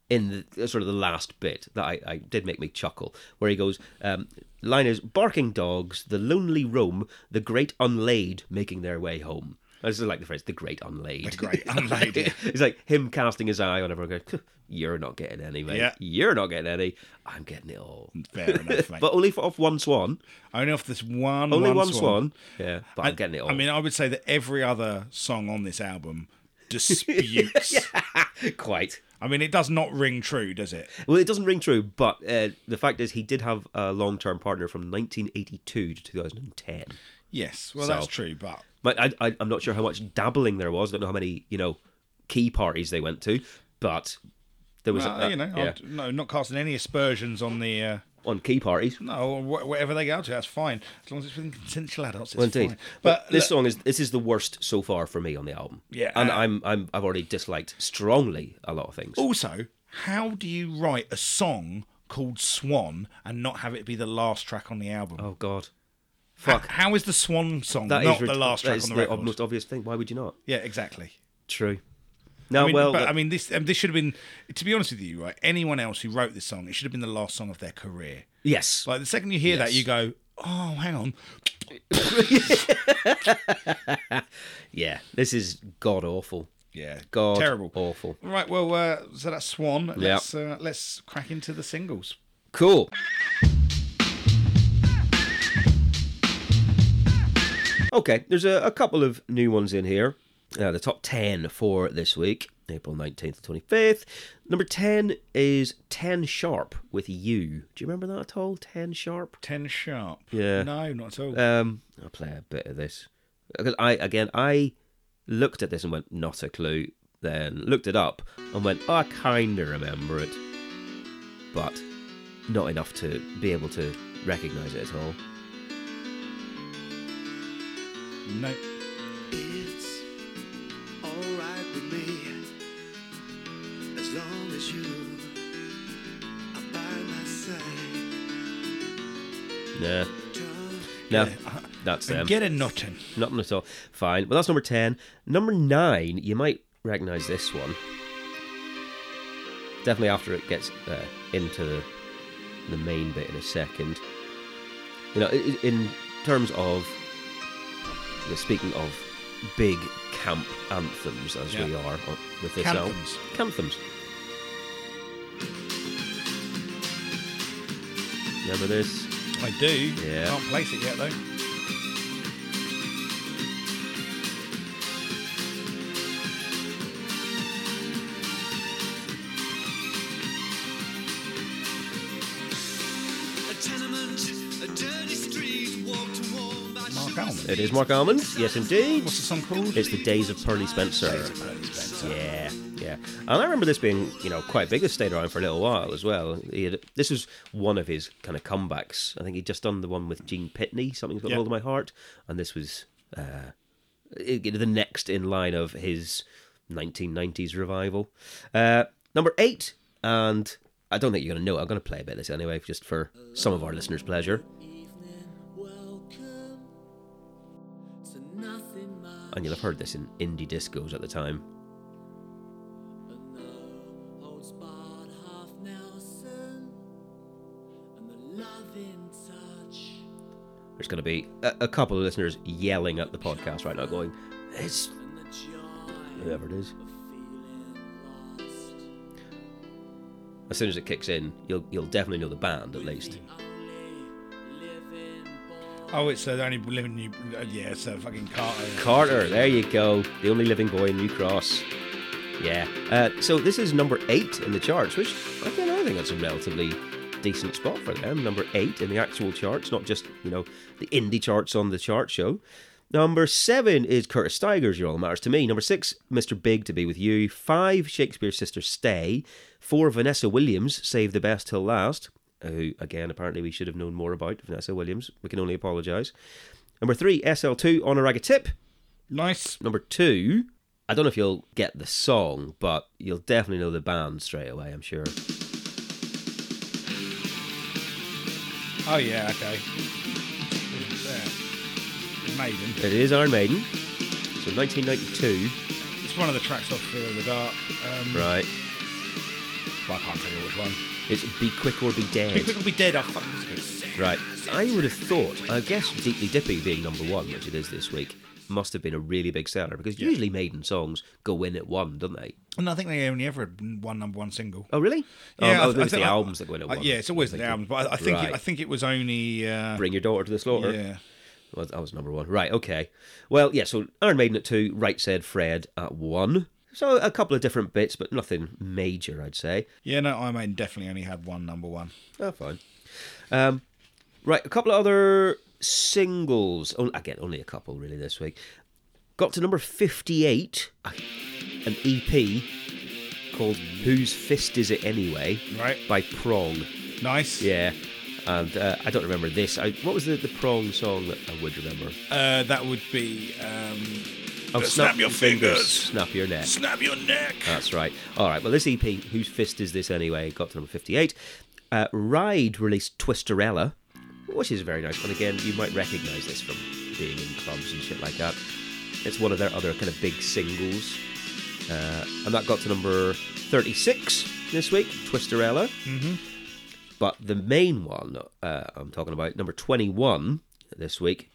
S2: in the, sort of the last bit that I, I did make me chuckle, where he goes, um, line is barking dogs, the lonely roam, the great unlaid making their way home. I just like the phrase, the great unlaid.
S1: The great unlaid, yeah.
S2: it's like him casting his eye on everyone going, you're not getting any, mate.
S1: Yeah.
S2: You're not getting any. I'm getting it all.
S1: fair enough, mate.
S2: But only for off one swan.
S1: Only off this one,
S2: Only
S1: one,
S2: one, swan. Yeah, but I'm getting it all.
S1: I mean, I would say that every other song on this album disputes.
S2: quite.
S1: I mean, it does not ring true, does it?
S2: Well, it doesn't ring true, but uh, the fact is, he did have a long term partner from 1982 to 2010.
S1: Yes, well,
S2: So-
S1: that's true, but
S2: But I, I, I'm not sure how much dabbling there was. I don't know how many, you know, key parties they went to, but there was,
S1: uh,
S2: uh,
S1: you know,
S2: yeah,
S1: I'd- no, not casting any aspersions on the. Uh,
S2: on key parties.
S1: No, wh- whatever they go to, that's fine. As long as it's within consensual adults, it's
S2: Well, indeed.
S1: fine.
S2: But
S1: look-
S2: this song is this is the worst so far for me on the album.
S1: Yeah.
S2: and I'm I'm I've already disliked strongly a lot of things.
S1: Also, how do you write a song called Swan and not have it be the last track on the album?
S2: Oh God, fuck.
S1: H- how is the Swan song
S2: That is
S1: not the
S2: rid-
S1: last
S2: that
S1: track
S2: is
S1: on the,
S2: the
S1: record?
S2: ob- most obvious thing. Why would you not?
S1: Yeah, exactly.
S2: True. No,
S1: I mean,
S2: well,
S1: but
S2: that-
S1: I mean, this um, this should have been. To be honest with you, right? Anyone else who wrote this song, it should have been the last song of their career.
S2: yes,
S1: Like the second you hear that, you go, "Oh, hang on."
S2: yeah. This is god awful.
S1: Yeah,
S2: God Oh.
S1: terrible.
S2: awful.
S1: Right. Well, uh, so that's Swan. Let's uh, let's crack into the singles.
S2: Cool. Okay, there's a, a couple of new ones in here. Uh, the top 10 for this week, April 19th to 25th. Number 10 is 10 Sharp with You. Do you remember that at all? 10 Sharp?
S1: Ten sharp.
S2: Yeah.
S1: No, not at all.
S2: Um, I'll play a bit of this because I again I looked at this and went not a clue. Then looked it up and went I kind of "Oh, remember it. but not enough to be able to recognise it at all.
S1: No.
S3: It's alright with me as long as you are by my side.
S2: Nah,
S3: Just
S2: no, that's them.
S1: Uh, Get a nothing.
S2: Nothing at all. Fine. Well, that's number 10. Number 9, you might recognise this one. Definitely after it gets uh, into the, the main bit in a second. You know, i- i- in terms of, you know, speaking of big camp anthems, as we
S1: Yeah.
S2: are on- with this
S1: Canthems.
S2: album. Canthems. Remember this?
S1: I do.
S2: Yeah.
S1: Can't place it yet though.
S3: a tenement, a dirty street, walked and worn by
S1: Mark Almond.
S2: It is Mark Almond. Yes, indeed.
S1: What's the song called?
S2: It's the Days of Pearly Spencer. Yeah, yeah. And I remember this being, you know, quite big. This stayed around for a little while as well. He had, this was one of his kind of comebacks. I think he'd just done the one with Gene Pitney, Something's Got
S1: Yeah.
S2: Hold of My Heart. And this was uh, i- the next in line of his 1990s revival. Uh, number eight, and I don't think you're going to know it. I'm going to play a bit of this anyway, just for some of our listeners' pleasure.
S3: Welcome to nothing much.
S2: And you'll have heard this in indie discos at the time.
S3: And the old spot half Nelson and the loving touch.
S2: There's going to be a, a couple of listeners yelling at the podcast right now, going, "It's whoever it is." As soon as it kicks in, you'll you'll definitely know the band at least.
S1: Oh, it's uh, the only living you. Uh, yeah, it's a fucking Carter.
S2: Carter, there you go, the only living boy in New Cross. Yeah. Uh, so this is number eight in the charts, which I don't know, I think that's a relatively decent spot for them. Number eight in the actual charts, not just you know the indie charts on the chart show. Number seven is Curtis Steiger's You're All That Matters to Me. Number six, Mr. Big to Be With You. Five, Shakespeare's Sister Stay. Four, Vanessa Williams, Save the Best Till Last, who, again, apparently we should have known more about, Vanessa Williams. We can only apologise. Number three, SL2, On a Rag a Tip.
S1: Nice.
S2: Number two, I don't know if you'll get the song, but you'll definitely know the band straight away, I'm sure.
S1: Oh yeah. Okay. Yeah. Maiden.
S2: It is Iron Maiden. So 1992.
S1: It's one of the tracks off Fear of the Dark. Um,
S2: Right.
S1: well, I can't figure which one.
S2: It's Be Quick or Be
S1: People
S2: Dead.
S1: will be dead. I fucking it's good.
S2: Right. I would have thought, I guess Deeply Dippy being number one, which it is this week, must have been a really big seller because usually Maiden songs go in at one, don't they?
S1: And I think they only ever had one number one single.
S2: Oh, really?
S1: I th-
S2: um, oh,
S1: I
S2: there's
S1: think
S2: the
S1: I-
S2: albums that go in at
S1: I-
S2: one.
S1: yeah, it's always the
S2: Thank you.
S1: albums, but I, I think
S2: Right.
S1: it, I think it was only. Uh,
S2: Bring your daughter to the slaughter.
S1: yeah.
S2: Well, that was number one. Right, okay. Well, yeah, so Iron Maiden at two, Right Said Fred at one. So a couple of different bits, but nothing major, I'd say.
S1: Yeah, no, I mean definitely only had one number one.
S2: Oh, fine. Um, right, a couple of other singles. Oh, again, only a couple really this week. Got to number 58, an EP called Whose Fist Is It Anyway?
S1: Right.
S2: By Prong.
S1: Nice.
S2: Yeah. And uh, I don't remember this. I, what was the, the Prong song that I would remember?
S1: Uh, that would be. Um,
S2: Oh,
S1: Snap your fingers.
S2: Snap your neck.
S1: Snap your neck.
S2: That's right. All right. Well, this EP, whose fist is this anyway? Got to number fifty-eight. Uh, Ride released Twisterella, which is very nice. And again, you might recognise this from being in clubs and shit like that. It's one of their other kind of big singles, uh, and that got to number thirty-six this week. Twisterella. Mm-hmm. But the main one uh, I'm talking about, number twenty-one this week,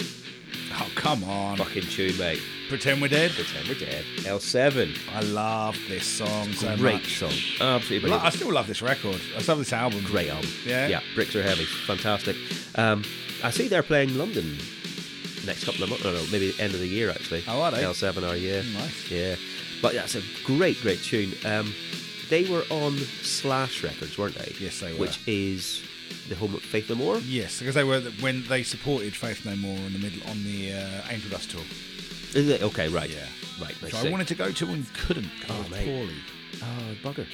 S1: oh come on!
S2: fucking tune, mate.
S1: Pretend we're dead.
S2: Pretend we're dead. L7.
S1: I love this song so
S2: Great
S1: much.
S2: song. Absolutely
S1: Lo-
S2: brilliant.
S1: I still love this record. I love this album.
S2: great album.
S1: Yeah?
S2: yeah. Bricks are heavy. Fantastic. Um, I see they're playing London next couple of months. No, no, maybe end of the year actually.
S1: Oh, are they? Hmm,
S2: L seven are yeah.
S1: Nice.
S2: Yeah, but that's a great, great tune. Um, they were on Slash Records, weren't they?
S1: Yes, they were.
S2: Which is the home of Faith No More.
S1: Yes, because they were when they supported Faith No More in the middle on the uh, Angel Dust tour,
S2: Is it? Okay, right.
S1: Yeah.
S2: right. I
S1: which
S2: see.
S1: I wanted to go to and couldn't. 'cause I
S2: Oh,
S1: was
S2: mate.
S1: poorly.
S2: Oh, bugger.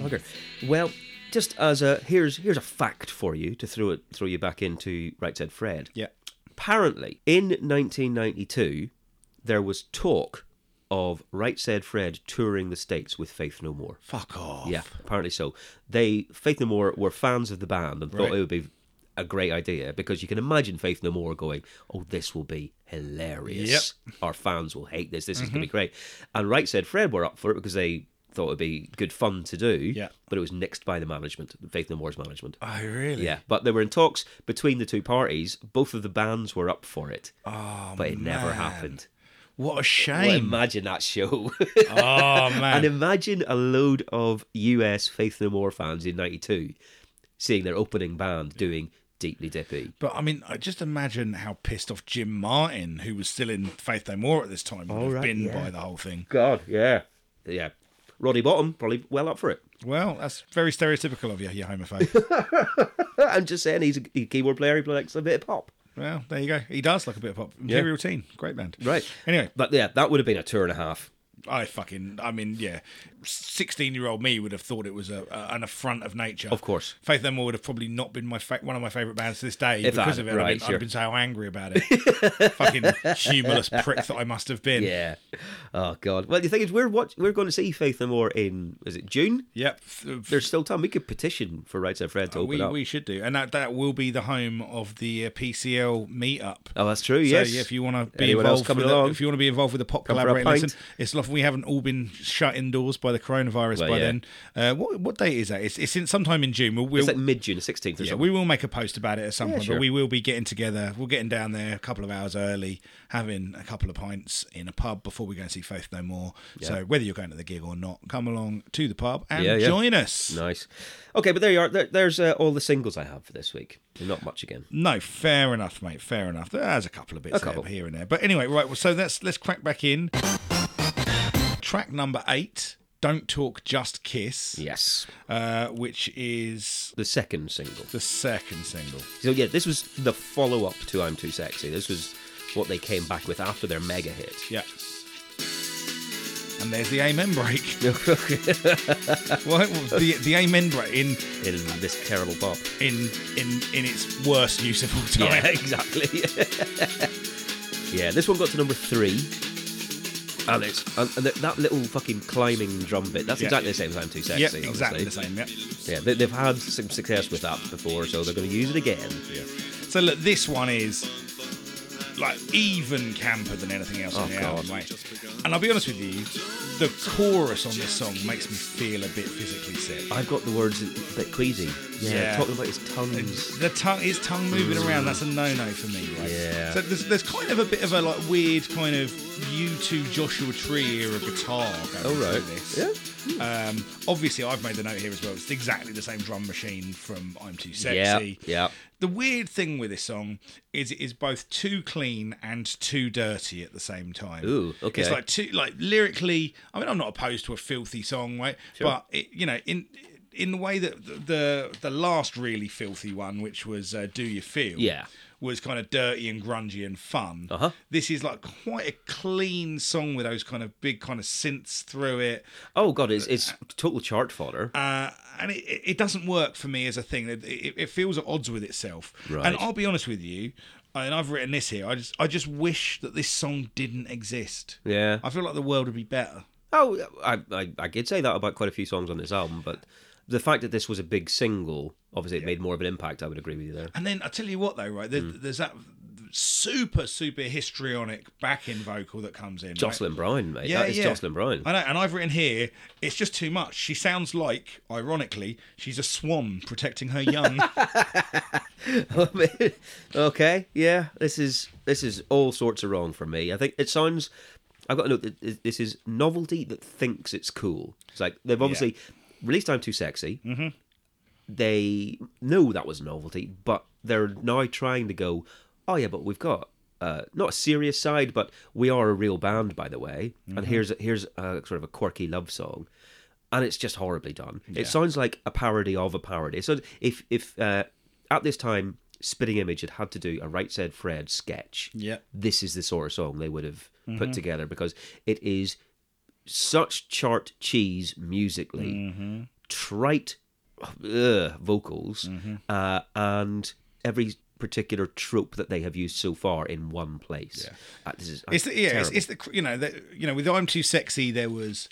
S2: Bugger. Well, just as a here's here's a fact for you to throw it throw you back into Right Said Fred.
S1: Yeah.
S2: Apparently, in 1992, there was talk of Right Said Fred touring the states with Faith No More.
S1: Fuck off.
S2: Yeah, apparently so. They Faith No More were fans of the band and thought
S1: Right.
S2: it would be a great idea because you can imagine Faith No More going, "Oh, this will be hilarious. Our fans will hate this. This is
S1: Mm-hmm.
S2: going to be great." And Right Said Fred were up for it because they thought it'd be good fun to do.
S1: Yeah.
S2: but it was nixed by the management, Faith No More's management.
S1: Oh, really?
S2: Yeah, but they were in talks between the two parties. Both of the bands were up for it,
S1: Oh,
S2: but it never
S1: man.
S2: happened.
S1: What a
S2: Well,
S1: shame.
S2: imagine that show.
S1: oh, man.
S2: And imagine a load of US Faith No More fans in '92 seeing their opening band doing Deeply Dippy.
S1: But I mean, I just imagine how pissed off Jim Martin, who was still in Faith No More at this time, would have
S2: right,
S1: been
S2: yeah.
S1: by the whole thing.
S2: God, yeah. Yeah. Roddy Bottom, probably well up for it.
S1: Well, that's very stereotypical of you, you homophobe.
S2: I'm just saying he's a he's a keyboard player, he plays a bit of pop.
S1: well, there you go. He does look a bit of pop. Imperial Teen, great band.
S2: Right.
S1: Anyway,
S2: But yeah, that would have been a tour and a half.
S1: I fucking, I mean, yeah, sixteen-year-old me would have thought it was a, a an affront of nature.
S2: Of course.
S1: Faith No More would have probably not been my fa- one of my favorite bands to this day
S2: If
S1: because
S2: that-
S1: of it. I've,
S2: right,
S1: been,
S2: sure.
S1: I've been so angry about it. fucking humorless prick that I must have been.
S2: Yeah. Oh God. Well the thing is we're watch- we're gonna see Faith No More in is it June?
S1: Yep. F-
S2: There's still time. We could petition for Right Side Fred to open
S1: Uh, we,
S2: up.
S1: we should do, and that that will be the home of the uh, PCL meetup.
S2: Oh that's true, yes.
S1: So yeah, if you want to be
S2: Anyone else
S1: involved,
S2: coming
S1: with the-
S2: along?
S1: if you want to be involved with the pop
S2: Come for a
S1: collaborating lesson,
S2: pint.
S1: it's lovely. We haven't all been shut indoors by the coronavirus
S2: Well,
S1: by
S2: yeah.
S1: then. Uh, what what date is that? It's, it's in sometime in June. We'll, we'll
S2: it's like mid June, sixteenth or
S1: yeah,
S2: something.
S1: we will make a post about it at some
S2: Yeah,
S1: point.
S2: sure.
S1: But we will be getting together. We're getting down there a couple of hours early, having a couple of pints in a pub before we go and see Faith No More. So whether you're going to the gig or not, come along to the pub and
S2: Yeah, yeah.
S1: join us.
S2: Nice. Okay, but there you are. There, there's uh, all the singles I have for this week. Not much again.
S1: No, fair enough, mate. Fair enough. There's a couple of bits
S2: A couple.
S1: There, here and there, but anyway, right. Well, so let's let's crack back in. Track number eight. Don't talk, just kiss.
S2: Yes.
S1: Uh, which is
S2: The second single.
S1: the second single.
S2: So, yeah, this was the follow up to I'm Too Sexy. This was what they came back with after their mega hit.
S1: Yeah. And there's the amen break. well, the the amen break in
S2: In this terrible pop.
S1: in in in its worst use of all time.
S2: Yeah, exactly. yeah, this one got to number three. And, it's, and, and that- that little fucking climbing drum bit, that's
S1: Yeah.
S2: exactly the same as I'm Too Sexy.
S1: Yep, exactly the
S2: obviously.
S1: same. Yeah.
S2: Yeah, they, they've had some success with that before, so they're going to use it again. Yeah.
S1: So look, this one is like even camper than anything
S2: Oh,
S1: else on the album, mate. And I'll be honest with you, the chorus on this song makes me feel a bit physically sick.
S2: I've got the words a bit queasy. Yeah,
S1: Yeah.
S2: talking about his tongues.
S1: The tongue, his tongue moving around, that's a no-no for me, right?
S2: Yeah.
S1: So there's, there's kind of a bit of a like weird kind of U2 Joshua Tree era guitar going
S2: All Oh, right.
S1: through this.
S2: Yeah.
S1: Um, obviously, I've made the note here as well. It's exactly the same drum machine from "I'm Too
S2: Yeah.
S1: Sexy."
S2: Yeah.
S1: The weird thing with this song is it is both too clean and too dirty at the same time.
S2: Ooh, okay.
S1: It's like too like lyrically. I mean, I'm not opposed to a filthy song, right? But it, you know, in in the way that the the, the last really filthy one, which was uh, "Do You Feel,"
S2: Yeah.
S1: was kind of dirty and grungy and fun.
S2: Uh-huh.
S1: This is like quite a clean song with those kind of big kind of synths through it.
S2: Oh god, it's it's total chart fodder.
S1: Uh, and it, it it doesn't work for me as a thing. It, it, it feels at odds with itself.
S2: Right.
S1: And I'll be honest with you, and I've written this here. I just I just wish that this song didn't exist.
S2: Yeah.
S1: I feel like the world would be better.
S2: Oh, I, I I could say that about quite a few songs on this album, but the fact that this was a big single, obviously, it made more of an impact. I would agree with you there.
S1: And then I tell you what, though, right? There,
S2: Mm.
S1: There's that super super histrionic backing vocal that comes in. right?
S2: Jocelyn Brown, mate. that is Jocelyn Brown.
S1: I know, and I've written here, it's just too much. She sounds like, ironically, she's a swan protecting her young.
S2: okay, yeah. This is this is all sorts of wrong for me. I think it sounds. I've got to note that th- this is novelty that thinks it's cool. It's like they've obviously released "I'm Too Sexy." Mm-hmm. They know that was novelty, but they're now trying to go. Oh yeah, but we've got. Uh, not a serious side, but we are a real band, by the way. And here's here's a, sort of a quirky love song, and it's just horribly done. It sounds like a parody of a parody. So if if uh, at this time Spitting Image had had to do a Right Said Fred sketch,
S1: Yeah.
S2: this is the sort of song they would have put together because it
S1: Mm-hmm.
S2: is such chart cheese musically, trite uh, vocals
S1: Mm-hmm.
S2: uh, and every particular trope that they have used so far in one place. Uh, this is uh,
S1: It's the, yeah, it's,
S2: terrible.
S1: it's the you know the, you know with I'm too sexy there was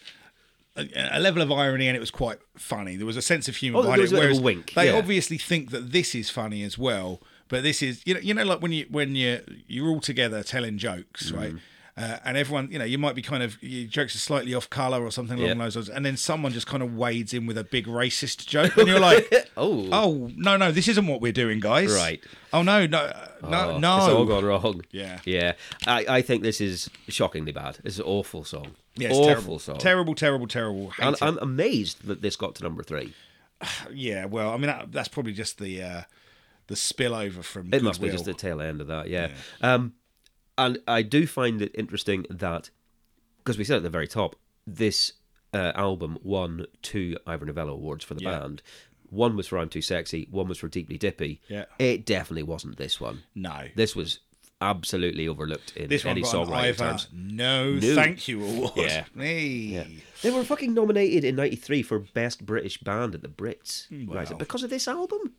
S1: a, a level of irony and it was quite funny. There was a sense of humour
S2: Oh,
S1: behind
S2: there was
S1: it.
S2: a bit of a
S1: Whereas
S2: wink,
S1: they
S2: yeah.
S1: obviously think that this is funny as well, but this is you know you know like when you when you you're all together telling jokes
S2: Mm-hmm.
S1: right. Uh, and everyone, you know, you might be kind of your jokes are slightly off color or something along
S2: Yeah.
S1: those lines, and then someone just kind of wades in with a big racist joke, and you're like,
S2: Oh.
S1: oh, no, no, this isn't what we're doing, guys."
S2: Right.
S1: Oh no, no, uh, no,
S2: Oh,
S1: no.
S2: It's all gone wrong.
S1: Yeah.
S2: Yeah. I, I think this is shockingly bad. It's an awful song.
S1: Yeah, it's
S2: awful
S1: terrible,
S2: song.
S1: terrible, terrible, terrible. Hate
S2: And
S1: it.
S2: I'm amazed that this got to number three.
S1: Yeah, well, I mean that, that's probably just the uh, the spillover from.
S2: It must be
S1: Goodwill.
S2: just the tail end of that, yeah. Um, and I do find it interesting that, because we said at the very top, this uh, album won two Ivor Novello awards for the
S1: Yeah.
S2: band. One was for I'm Too Sexy, one was for Deeply Dippy.
S1: Yeah.
S2: It definitely wasn't this one.
S1: no.
S2: This was absolutely overlooked in
S1: This one
S2: any
S1: got an
S2: songwriting
S1: Ivor
S2: terms.
S1: no,
S2: No.
S1: thank you award.
S2: Yeah.
S1: Hey.
S2: They were fucking nominated in '93 for Best British Band at the Brits.
S1: Mm,
S2: Right, because of this album?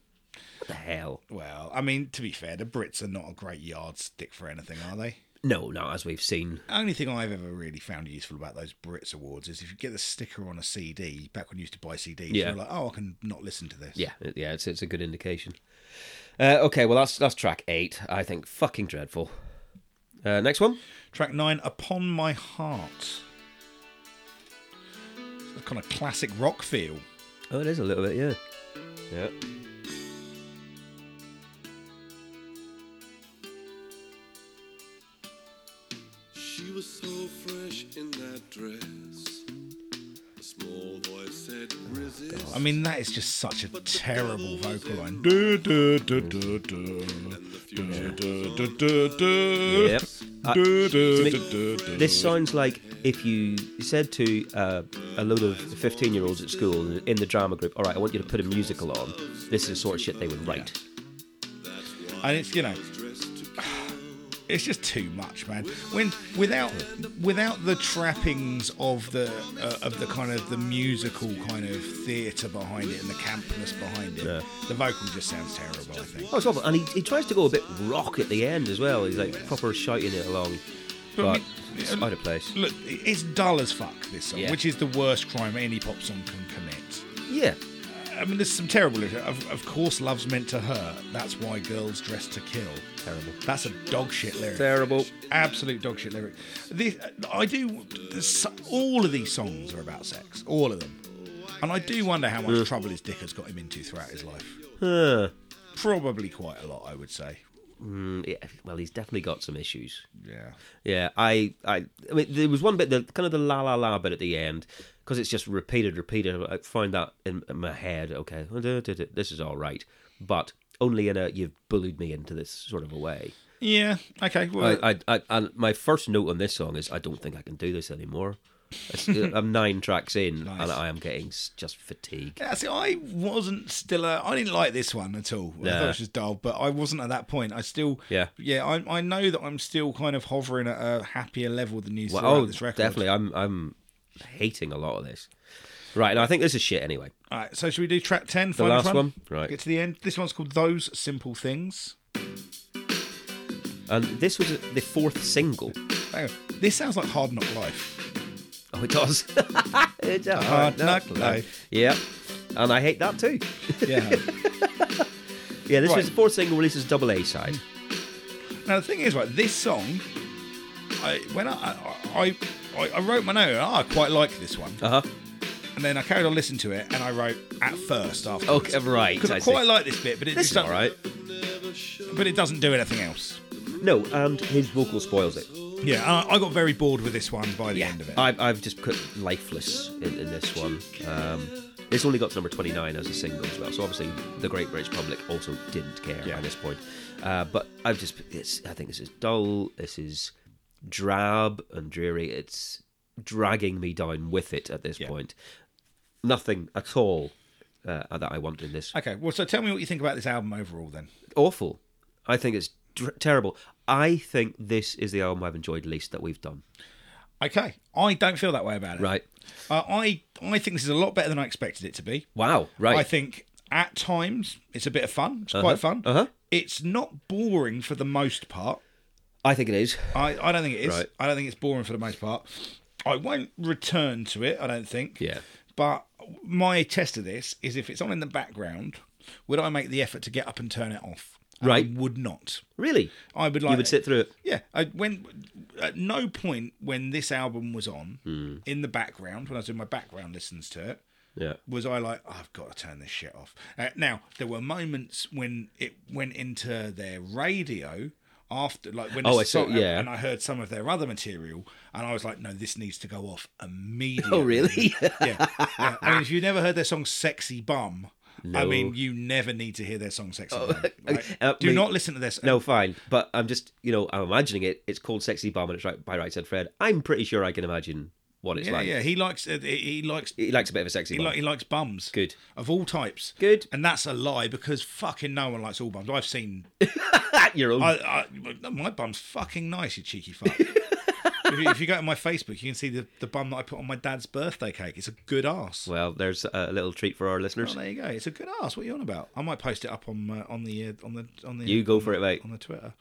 S2: What the hell?
S1: Well, I mean, to be fair, the Brits are not a great yardstick for anything, are they?
S2: No, no, as we've seen.
S1: Only thing I've ever really found useful about those Brits awards is if you get the sticker on a CD, back when you used to buy CDs,
S2: Yeah.
S1: you're like, oh, I can not listen to this.
S2: Yeah, it- yeah, it's, it's a good indication. Uh, okay, well that's that's track eight. I think fucking dreadful. Uh, next one.
S1: Track nine, Upon My Heart. A kind of classic rock feel.
S2: Oh, it is a little bit, yeah. Yeah.
S3: She was so fresh in that dress. A small voice said, resist.
S1: I mean, that is just such a terrible vocal line. Du- du- du- du- du. Du- du- du- du- du.
S2: Yep. Uh,
S1: Du-
S2: to
S1: du-
S2: me-
S1: du- du- du.
S2: This sounds like if you said to uh, a load of 15 year olds at school in the drama group, all right, I want you to put a musical on. This is the sort of shit they would write.
S1: And it's you know, it's just too much, man. When without without the trappings of the uh, of the kind of the musical kind of theatre behind it and the campness behind it, the vocal just sounds terrible. I think.
S2: Oh, it's awful. And he, he tries to go a bit rock at the end as well. He's like proper shouting it along. But it's out of place.
S1: Look, it's dull as fuck. This song,
S2: Yeah.
S1: which is the worst crime any pop song can commit.
S2: Yeah.
S1: I mean, there's some terrible. Of, of course, love's meant to hurt. That's why girls dress to kill.
S2: Terrible.
S1: That's a dog shit lyric.
S2: Terrible.
S1: Absolute dog shit lyric. This, I do. there's so- All of these songs are about sex. All of them. And I do wonder how much trouble his dick has got him into throughout his life.
S2: Uh.
S1: Probably quite a lot, I would say.
S2: Mm, yeah. Well, he's definitely got some issues.
S1: Yeah.
S2: Yeah, I, I, I mean, there was one bit, the kind of the la la la bit at the end, because it's just repeated, repeated. I find that in, in my head. Okay, this is all right, but only in a you've bullied me into this sort of a way.
S1: Yeah. Okay. Well,
S2: I, I, I and my first note on this song is I don't think I can do this anymore. It's- uh, I'm nine tracks in, and I am getting s- just fatigue.
S1: Yeah, see, I wasn't still. A, I didn't like this one at all. I thought it
S2: Nah.
S1: was just dull, but I wasn't at that point. I still,
S2: Yeah.
S1: yeah. I, I know that I'm still kind of hovering at a happier level than you
S2: Well,
S1: throughout
S2: oh,
S1: this record.
S2: definitely, I'm, I'm hating a lot of this. Right, and I think this is shit anyway.
S1: All right, so should we do track ten? The
S2: last one? Right.
S1: Get to the end. This one's called "Those Simple Things."
S2: And this was the fourth single.
S1: Hang on. This sounds like Hard Knock Life.
S2: Oh, it does. it does.
S1: Hard Knock Life.
S2: Yep. And I hate that too.
S1: Yeah.
S2: Yeah,
S1: Right.
S2: this
S1: Hmm.
S2: was the fourth single released as double A side.
S1: now the thing is, right, this song, I when I I I, I wrote my note. Oh, I quite like this one.
S2: Uh huh.
S1: And then I carried on listening to it, and I wrote at first after.
S2: Oh, Okay, right,
S1: Because I,
S2: I see.
S1: quite like this bit, but it
S2: This
S1: just
S2: is all
S1: doesn't-
S2: right.
S1: But it doesn't do anything else.
S2: No, and his vocal spoils it.
S1: Yeah, I, I got very bored with this one by the end of it.
S2: I've, I've just put lifeless in, in this one. Um, it's only got to number 29 as a single as well, so obviously the great British public also didn't care
S1: Yeah.
S2: at this point. Uh, but I've just, it's, I think this is dull, this is drab and dreary, it's dragging me down with it at this point. Nothing at all uh, that I want in this.
S1: okay, well, so tell me what you think about this album overall then.
S2: Awful. I think it's dr- terrible. I think this is the album I've enjoyed least that we've done.
S1: Okay, I don't feel that way about it.
S2: Right.
S1: Uh, I I think this is a lot better than I expected it to be.
S2: Wow. Right.
S1: I think at times it's a bit of fun. It's
S2: Uh-huh,
S1: quite fun.
S2: uh-huh.
S1: It's not boring for the most part.
S2: I think it is.
S1: I, I don't think it is.
S2: Right.
S1: I don't think it's boring for the most part. I won't return to it, I don't think.
S2: Yeah.
S1: But my test of this is if it's on in the background, would I make the effort to get up and turn it off? And
S2: Right.
S1: I would not.
S2: Really?
S1: I would like
S2: You would sit through it.
S1: yeah, I, when at no point when this album was on
S2: Hmm.
S1: in the background when I was doing my background listens to it
S2: Yeah.
S1: was I like I've got to turn this shit off. Uh, now there were moments when it went into their radio after like when
S2: Oh,
S1: this
S2: I see,
S1: song-
S2: yeah.
S1: and I heard some of their other material and I was like no this needs to go off immediately.
S2: Oh, really?
S1: yeah. yeah. I mean if you've never heard their song Sexy Bum I
S2: No.
S1: mean, you never need to hear their song "Sexy." Bum, right?
S2: uh,
S1: Do
S2: me-
S1: not listen to this.
S2: No, fine. But I'm just, you know, I'm imagining it. It's called Sexy Bomb and it's right by Right Said Fred. I'm pretty sure I can imagine what it's
S1: yeah,
S2: like.
S1: yeah. He likes. Uh, he he likes
S2: He likes a bit of a sexy
S1: He,
S2: bomb.
S1: li- he likes bums.
S2: Good.
S1: Of all types.
S2: Good.
S1: And that's a lie because fucking no one likes all bums. I've seen.
S2: At your own.
S1: I, I, my bum's fucking nice, you cheeky fuck. if, you, if you go to my Facebook, you can see the, the bum that I put on my dad's birthday cake. It's a good ass.
S2: well, there's a little treat for our
S1: Oh,
S2: listeners.
S1: there you go. It's a good ass. What are you on about? I might post it up on uh, on the uh, on the on the
S2: You go for it, mate.
S1: on the Twitter.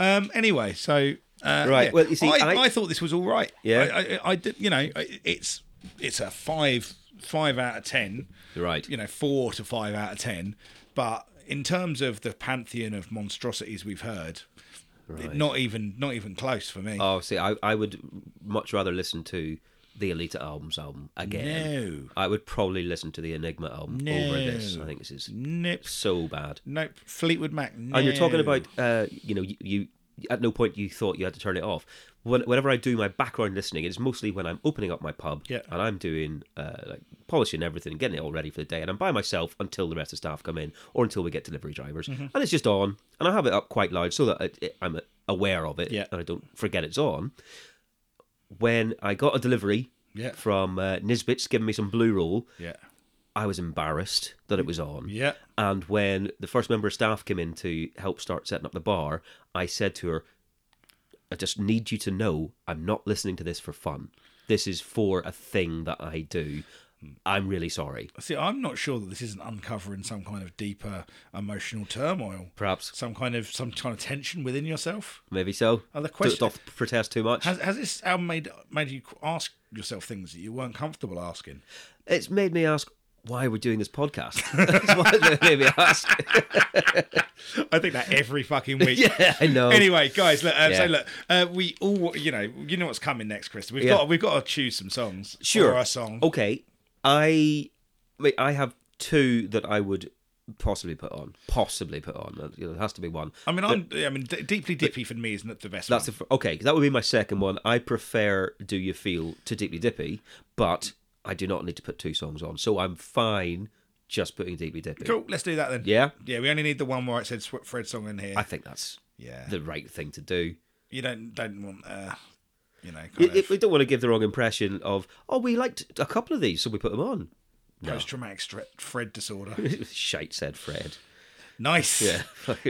S1: Um, anyway, so uh,
S2: Right,
S1: yeah.
S2: well, you see,
S1: I,
S2: I-
S1: I, thought this was all right.
S2: Yeah.
S1: I, I, I did. You know, I- it's it's a five five out of ten.
S2: Right.
S1: You know, four to five out of ten. But in terms of the pantheon of monstrosities we've heard,
S2: Right.
S1: not even not even close for me.
S2: Oh, see, I, I would much rather listen to the Elita Albums album again.
S1: No.
S2: I would probably listen to the Enigma album over this. I think this is
S1: Nip.
S2: so bad.
S1: Nope. Fleetwood Mac. No.
S2: And you're talking about, uh, you know, you, you at no point you thought you had to turn it off. When, whenever I do my background listening, it's mostly when I'm opening up my pub
S1: Yeah.
S2: and I'm doing uh, like polishing everything, getting it all ready for the day, and I'm by myself until the rest of the staff come in or until we get delivery drivers,
S1: Mm-hmm.
S2: and it's just on, and I have it up quite loud so that it, it, I'm aware of it
S1: Yeah.
S2: and I don't forget it's on. When I got a delivery
S1: Yeah.
S2: from uh, Nisbets giving me some blue roll,
S1: Yeah.
S2: I was embarrassed that it was on.
S1: Yeah.
S2: And when the first member of staff came in to help start setting up the bar, I said to her, I just need you to know I'm not listening to this for fun. This is for a thing that I do. I'm really sorry.
S1: See, I'm not sure that this isn't uncovering some kind of deeper emotional turmoil,
S2: Perhaps,
S1: some kind of some kind of tension within yourself.
S2: maybe so.
S1: Other
S2: Don't-
S1: question-
S2: Don't protest too much.
S1: Has, has this album made made you ask yourself things that you weren't comfortable asking?
S2: It's made me ask why we're doing this podcast. That's what it made me ask.
S1: I think that every fucking week.
S2: yeah, I know.
S1: Anyway, guys, look, um, so
S2: Yeah.
S1: look, uh, we all, you know, you know what's coming next, Chris. We've
S2: Yeah.
S1: got we've got to choose some songs.
S2: sure Oh,
S1: or a song.
S2: Okay, I, I mean, I have two that I would possibly put on. Possibly put on. There has to be one.
S1: I mean, I'm, I mean, d- deeply dippy for me is not the best.
S2: That's the
S1: one.
S2: fir- okay. That would be my second one. I prefer "Do You Feel" to "Deeply Dippy," but I do not need to put two songs on, so I'm fine just putting "Deeply Dippy."
S1: cool. Let's do that then.
S2: Yeah.
S1: yeah. We only need the one where it said Sw- Fred song in here.
S2: I think that's
S1: yeah,
S2: the right thing to do.
S1: you don't don't want, uh, you know, kind
S2: It-
S1: of
S2: it- we don't want to give the wrong impression of oh, we liked a couple of these, so we put them on.
S1: post traumatic stre- Fred disorder.
S2: Shite said Fred.
S1: Nice.
S2: Yeah.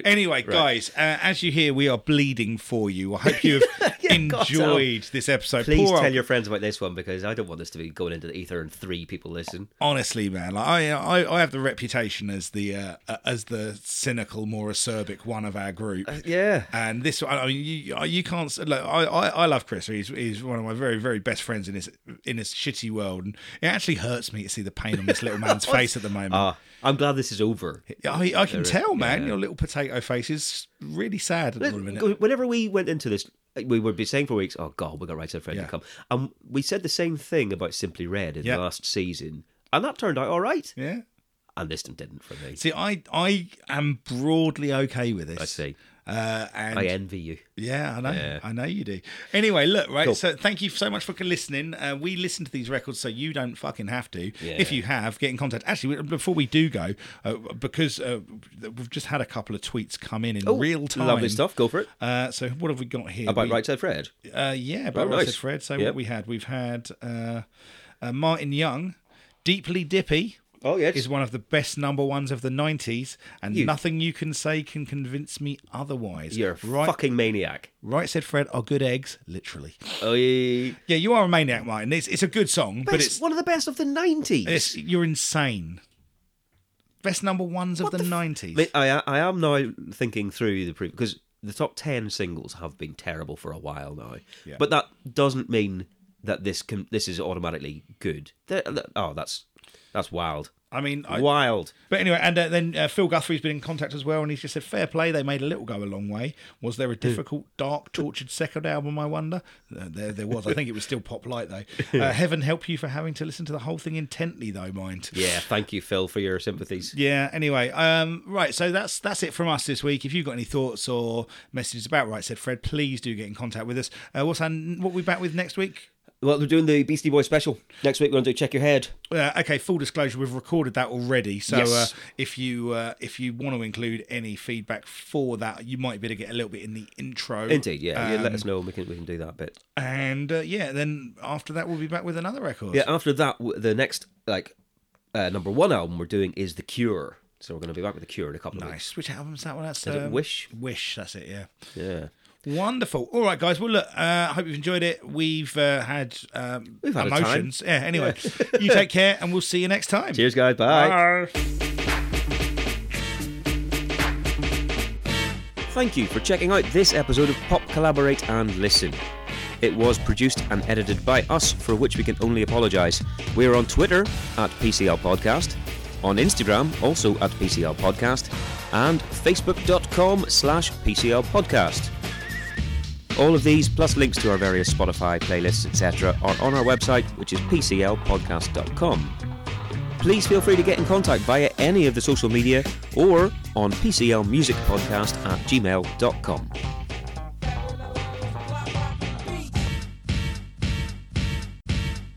S1: anyway,
S2: Right.
S1: guys, uh, as you hear, we are bleeding for you. I hope you've
S2: God,
S1: enjoyed this episode.
S2: Please
S1: Poor
S2: tell
S1: old-
S2: your friends about this one because I don't want this to be going into the ether and three people listen.
S1: Honestly, man, like, I, I I have the reputation as the uh, as the cynical, more acerbic one of our group.
S2: Uh, Yeah.
S1: And this, I mean, you you can't. s- Like, I, I I love Chris. He's he's one of my very very best friends in this in this shitty world. And it actually hurts me to see the pain on this little man's face at the moment.
S2: Ah, I'm glad this is over.
S1: I, I can tell, man.
S2: yeah.
S1: Your little potato face is really sad at the minute.
S2: Whenever we went into this, we would be saying for weeks, "Oh God, we got Right Said Fred
S1: Yeah.
S2: to come," and we said the same thing about Simply Red in
S1: Yeah.
S2: the last season, and that turned out all right.
S1: Yeah.
S2: And this one didn't for me.
S1: See, I I am broadly okay with this.
S2: I see.
S1: Uh, and
S2: I envy you.
S1: yeah, I know,
S2: Yeah.
S1: I know you do. Anyway, look, right. So, thank you so much for listening. Uh, we listen to these records, so you don't fucking have to. If you have, get in contact. Actually, we- before we do go, uh, because uh, we've just had a couple of tweets come in in real time.
S2: Oh, Lovely stuff. Go for it.
S1: Uh, so, what have we got here?
S2: About
S1: We-
S2: Right Said Fred.
S1: uh, yeah, about
S2: Oh,
S1: Right
S2: nice.
S1: Said Fred. So
S2: Yep.
S1: what we had, we've had uh, uh, Martin Young, Deeply Dippy,
S2: Oh, yes.
S1: is one of the best number ones of the 90s, and
S2: You-
S1: nothing you can say can convince me otherwise.
S2: You're a
S1: right,
S2: fucking maniac.
S1: right, said Fred, are good eggs, literally.
S2: Oh, yeah.
S1: Yeah, you are a maniac, Martin. It's, it's a good song,
S2: But,
S1: but
S2: it's,
S1: it's,
S2: one of the best of the 90s.
S1: it's you're insane. Best number ones of the, 90s.
S2: I, mean, I, I am now thinking through the previous because the top 10 singles have been terrible for a while now. But that doesn't mean that this can this is automatically good. There- oh, that's that's wild.
S1: I mean, I,
S2: wild.
S1: But anyway, and uh, then uh, Phil Guthrie's been in contact as well, and he's just said, "Fair play, they made a little go a long way. Was there a difficult, dark, tortured second album? I wonder. Uh, there, there was. I think it was still pop light though. Uh, heaven help you for having to listen to the whole thing intently, though, mind.
S2: Yeah, thank you, Phil, for your sympathies.
S1: Yeah. Anyway, um, right. So that's that's it from us this week. If you've got any thoughts or messages about Right Said Fred, please do get in contact with us. Uh, what's our, what we back with next week?
S2: Well, we're doing the Beastie Boys special. Next week, we're going to do Check Your Head.
S1: Uh, okay, full disclosure, we've recorded that already. So
S2: Yes.
S1: uh, if you uh, if you want to include any feedback for that, you might be able to get a little bit in the intro. Um,
S2: Indeed, yeah. yeah let us know. and We can, we can do that bit.
S1: And uh, yeah, then after that, we'll be back with another record.
S2: Yeah, after that, w- the next, like, uh, number one album we're doing is The Cure. So we're going to be back with The Cure in a couple of weeks.
S1: Nice. Which album's that one? That's um,
S2: Is it Wish?
S1: Wish. That's it. Yeah.
S2: Yeah.
S1: Wonderful. All right, guys. Well, look. uh, I hope you've enjoyed it. We've uh, had um,
S2: We've had a time.
S1: emotions. Yeah. Anyway, you take care, and we'll see you next time.
S2: Cheers, guys. Bye.
S1: Bye.
S2: Thank you for checking out this episode of Pop Collaborate and Listen. It was produced and edited by us, for which we can only apologise. We are on Twitter at PCL Podcast, on Instagram also at PCL Podcast, and Facebook.com slash PCL Podcast. All of these, plus links to our various Spotify playlists, etc., are on our website, which is PCLpodcast.com please feel free to get in contact via any of the social media or on PCLmusicpodcast at gmail.com.